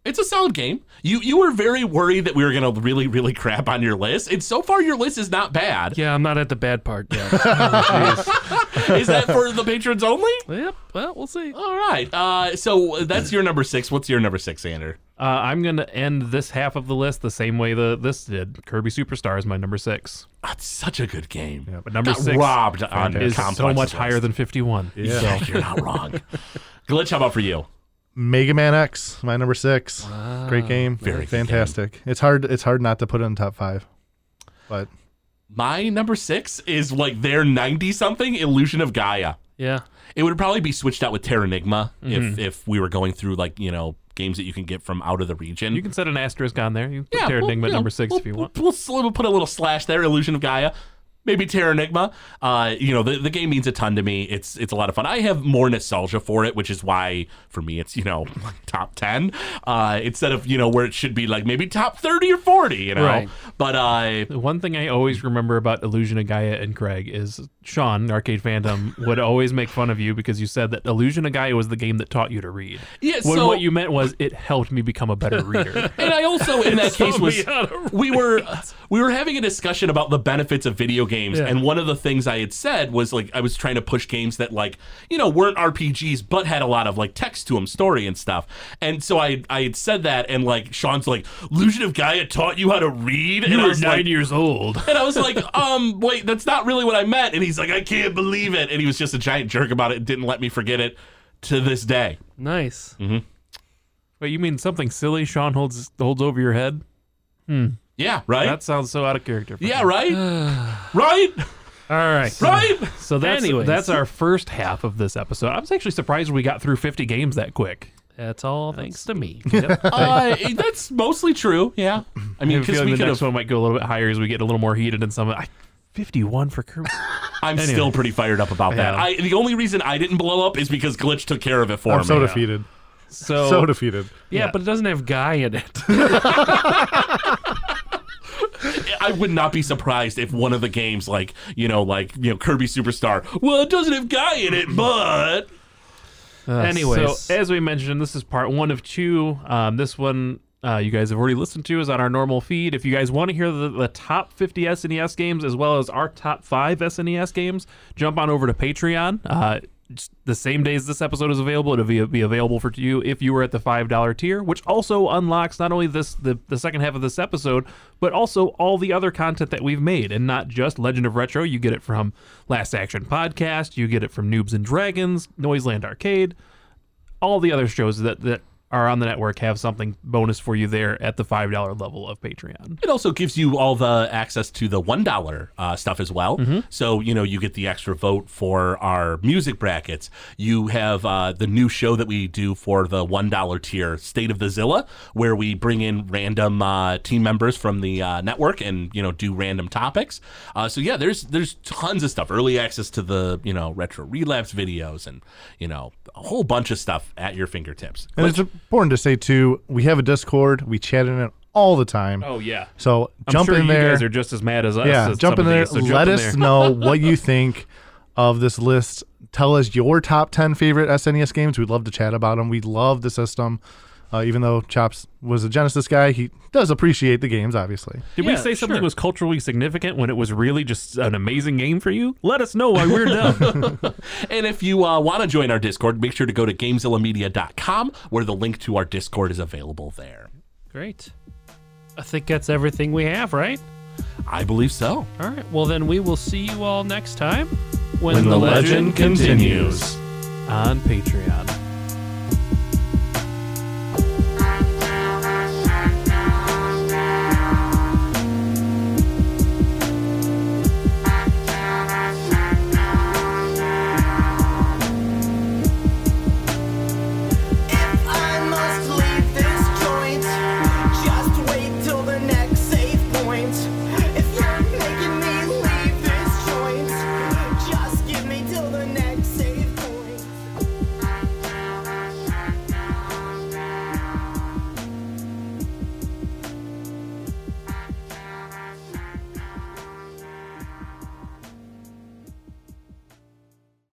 [SPEAKER 2] It's a solid game. You you were very worried that we were gonna really really crap on your list, and so far your list is not bad.
[SPEAKER 4] Yeah, I'm not at the bad part [laughs] yet.
[SPEAKER 2] is that
[SPEAKER 1] [laughs]
[SPEAKER 2] for the patrons only?
[SPEAKER 4] yep. Well, we'll see.
[SPEAKER 2] All right. Uh, so that's your number six. What's your number six, Xander?
[SPEAKER 1] Uh, I'm gonna end this half of the list the same way the this did. Kirby Superstar is my number six,
[SPEAKER 2] That's Ah, such a good game.
[SPEAKER 1] but number
[SPEAKER 2] Got
[SPEAKER 1] six
[SPEAKER 2] robbed on
[SPEAKER 1] is
[SPEAKER 2] complex
[SPEAKER 1] so much
[SPEAKER 2] list.
[SPEAKER 1] higher than 51.
[SPEAKER 2] Yeah, you're
[SPEAKER 1] [laughs]
[SPEAKER 2] not wrong. Glitch, how about for you?
[SPEAKER 3] Mega Man X, my number six. Great game.
[SPEAKER 2] Very good
[SPEAKER 3] fantastic. It's hard. It's hard not to put it in top five, but
[SPEAKER 2] My number six is like their 90 something Illusion of Gaia.
[SPEAKER 4] Yeah.
[SPEAKER 2] It would probably be switched out with Terranigma
[SPEAKER 1] Mm-hmm.
[SPEAKER 2] if, if we were going through like, you know, games that you can get from out of the region.
[SPEAKER 1] You can set an asterisk on there. You can put
[SPEAKER 2] yeah,
[SPEAKER 1] Terra
[SPEAKER 2] we'll-
[SPEAKER 1] Enigma at
[SPEAKER 2] you know,
[SPEAKER 1] number 6
[SPEAKER 2] we'll-
[SPEAKER 1] if you want.
[SPEAKER 2] We'll, we'll, we'll put a little slash there, Illusion of Gaia. Maybe Terranigma. Uh, you know, the, the game means a ton to me. It's it's a lot of fun. I have more nostalgia for it, which is why for me it's, you know, [laughs] top ten. Uh, instead of, you know, where it should be like maybe top thirty or forty, you know.
[SPEAKER 4] Right.
[SPEAKER 2] But uh
[SPEAKER 1] The One thing I always remember about Illusion of Gaia and Craig is Sean, Arcade
[SPEAKER 2] [laughs]
[SPEAKER 1] Phantom, would always make fun of you because you said that Illusion of Gaia was the game that taught you to read.
[SPEAKER 2] Yeah,
[SPEAKER 1] When
[SPEAKER 2] so-
[SPEAKER 1] what you meant was it helped me become a better reader.
[SPEAKER 2] and I also in that case
[SPEAKER 4] me
[SPEAKER 2] was
[SPEAKER 4] out of
[SPEAKER 2] we were we were having a discussion about the benefits of video games,
[SPEAKER 4] Yeah.
[SPEAKER 2] and one of the things I had said was like I was trying to push games that like you know weren't RPGs but had a lot of like text to them, story and stuff. And so I I had said that, and like Sean's like Illusion of Gaia taught [laughs] you how to read. and I was like,
[SPEAKER 1] years old.
[SPEAKER 2] and I was like, um, wait, that's not really what I meant. And he's like, I can't believe it. And he was just a giant jerk about it and didn't let me forget it to this day.
[SPEAKER 4] Nice.
[SPEAKER 1] [laughs] Wait, you mean something silly Sean holds holds over your head?
[SPEAKER 2] Yeah, right?
[SPEAKER 1] That sounds so out of character. For
[SPEAKER 2] Eh? yeah,
[SPEAKER 1] him.
[SPEAKER 2] right?
[SPEAKER 4] [sighs]
[SPEAKER 2] right?
[SPEAKER 4] All right.
[SPEAKER 2] Right?
[SPEAKER 1] So that's
[SPEAKER 4] Anyways.
[SPEAKER 1] that's our first half of this episode. I was actually surprised we got through 50 games that quick.
[SPEAKER 4] That's all thanks to [laughs] me.
[SPEAKER 1] [laughs]
[SPEAKER 2] Uh, that's mostly true. Yeah, I mean,
[SPEAKER 1] I'm
[SPEAKER 2] because
[SPEAKER 1] feeling
[SPEAKER 2] we
[SPEAKER 1] the
[SPEAKER 2] could
[SPEAKER 1] next
[SPEAKER 2] have.
[SPEAKER 1] one might go a little bit higher as we get a little more heated and some. I, 51 for Kirby.
[SPEAKER 4] [laughs]
[SPEAKER 2] I'm still pretty fired up about that.
[SPEAKER 1] Yeah.
[SPEAKER 2] I, the only reason I didn't blow up is because Glitch took care of it for
[SPEAKER 3] I'm
[SPEAKER 2] me. Oh.
[SPEAKER 3] so defeated.
[SPEAKER 1] So,
[SPEAKER 3] So defeated.
[SPEAKER 4] yeah, but it doesn't have Guy in it.
[SPEAKER 2] I would not be surprised if one of the games, like you know, like you know, Kirby Superstar. Well, it doesn't have Guy in it, but
[SPEAKER 4] Anyways.
[SPEAKER 1] So, as we mentioned, this is part one of two. Um, this one uh, you guys have already listened to is on our normal feed. If you guys want to hear the, the top 50 SNES E games as well as our top five SNES games, jump on over to Patreon. Uh, it's the same days this episode is available, it'll be, be available for you if you were at the five dollar tier, which also unlocks not only this the, the second half of this episode, but also all the other content that we've made, and not just Legend of Retro. You get it from Last Action Podcast, you get it from Noobs and Dragons, Noiseland Arcade, all the other shows that that are on the network have something bonus for you there at the five dollar level of Patreon.
[SPEAKER 2] It also gives you all the access to the one dollar uh, stuff as well. So you know you get the extra vote for our music brackets. You have uh, the new show that we do for the one dollar tier, State of the Zilla, where we bring in random uh, team members from the uh, network and you know do random topics. Uh, so yeah, there's there's tons of stuff. Early access to the you know retro relapse videos and you know a whole bunch of stuff at your fingertips.
[SPEAKER 3] And it's important to say too, we have a Discord. We chat in it all the time.
[SPEAKER 2] Oh.
[SPEAKER 1] yeah,
[SPEAKER 3] So
[SPEAKER 1] I'm
[SPEAKER 3] jump
[SPEAKER 1] sure
[SPEAKER 3] in
[SPEAKER 1] you
[SPEAKER 3] there.
[SPEAKER 1] guys are just as mad as us.
[SPEAKER 3] yeah,
[SPEAKER 1] at
[SPEAKER 3] jump
[SPEAKER 1] some of
[SPEAKER 3] in there.
[SPEAKER 1] these, so jump [laughs]
[SPEAKER 3] let
[SPEAKER 1] in
[SPEAKER 3] us
[SPEAKER 1] there.
[SPEAKER 3] know what you think of this list. Tell us your top 10 favorite SNES games. We'd love to chat about them. We love the system. Uh, even though Chops was a Genesis guy, he does appreciate the games, obviously.
[SPEAKER 1] Did we
[SPEAKER 4] Yeah,
[SPEAKER 1] say something
[SPEAKER 4] sure.
[SPEAKER 1] was culturally significant when it was really just an amazing game for you? Let us know why
[SPEAKER 3] [laughs]
[SPEAKER 1] we're dumb.
[SPEAKER 2] And if you uh, want to join our Discord, make sure to go to GameZillaMedia.com where the link to our Discord is available there.
[SPEAKER 4] Great. I think that's everything we have, right?
[SPEAKER 2] I believe so.
[SPEAKER 4] All right. Well, then we will see you all next time
[SPEAKER 1] When the
[SPEAKER 4] legend
[SPEAKER 1] legend continues. On Patreon.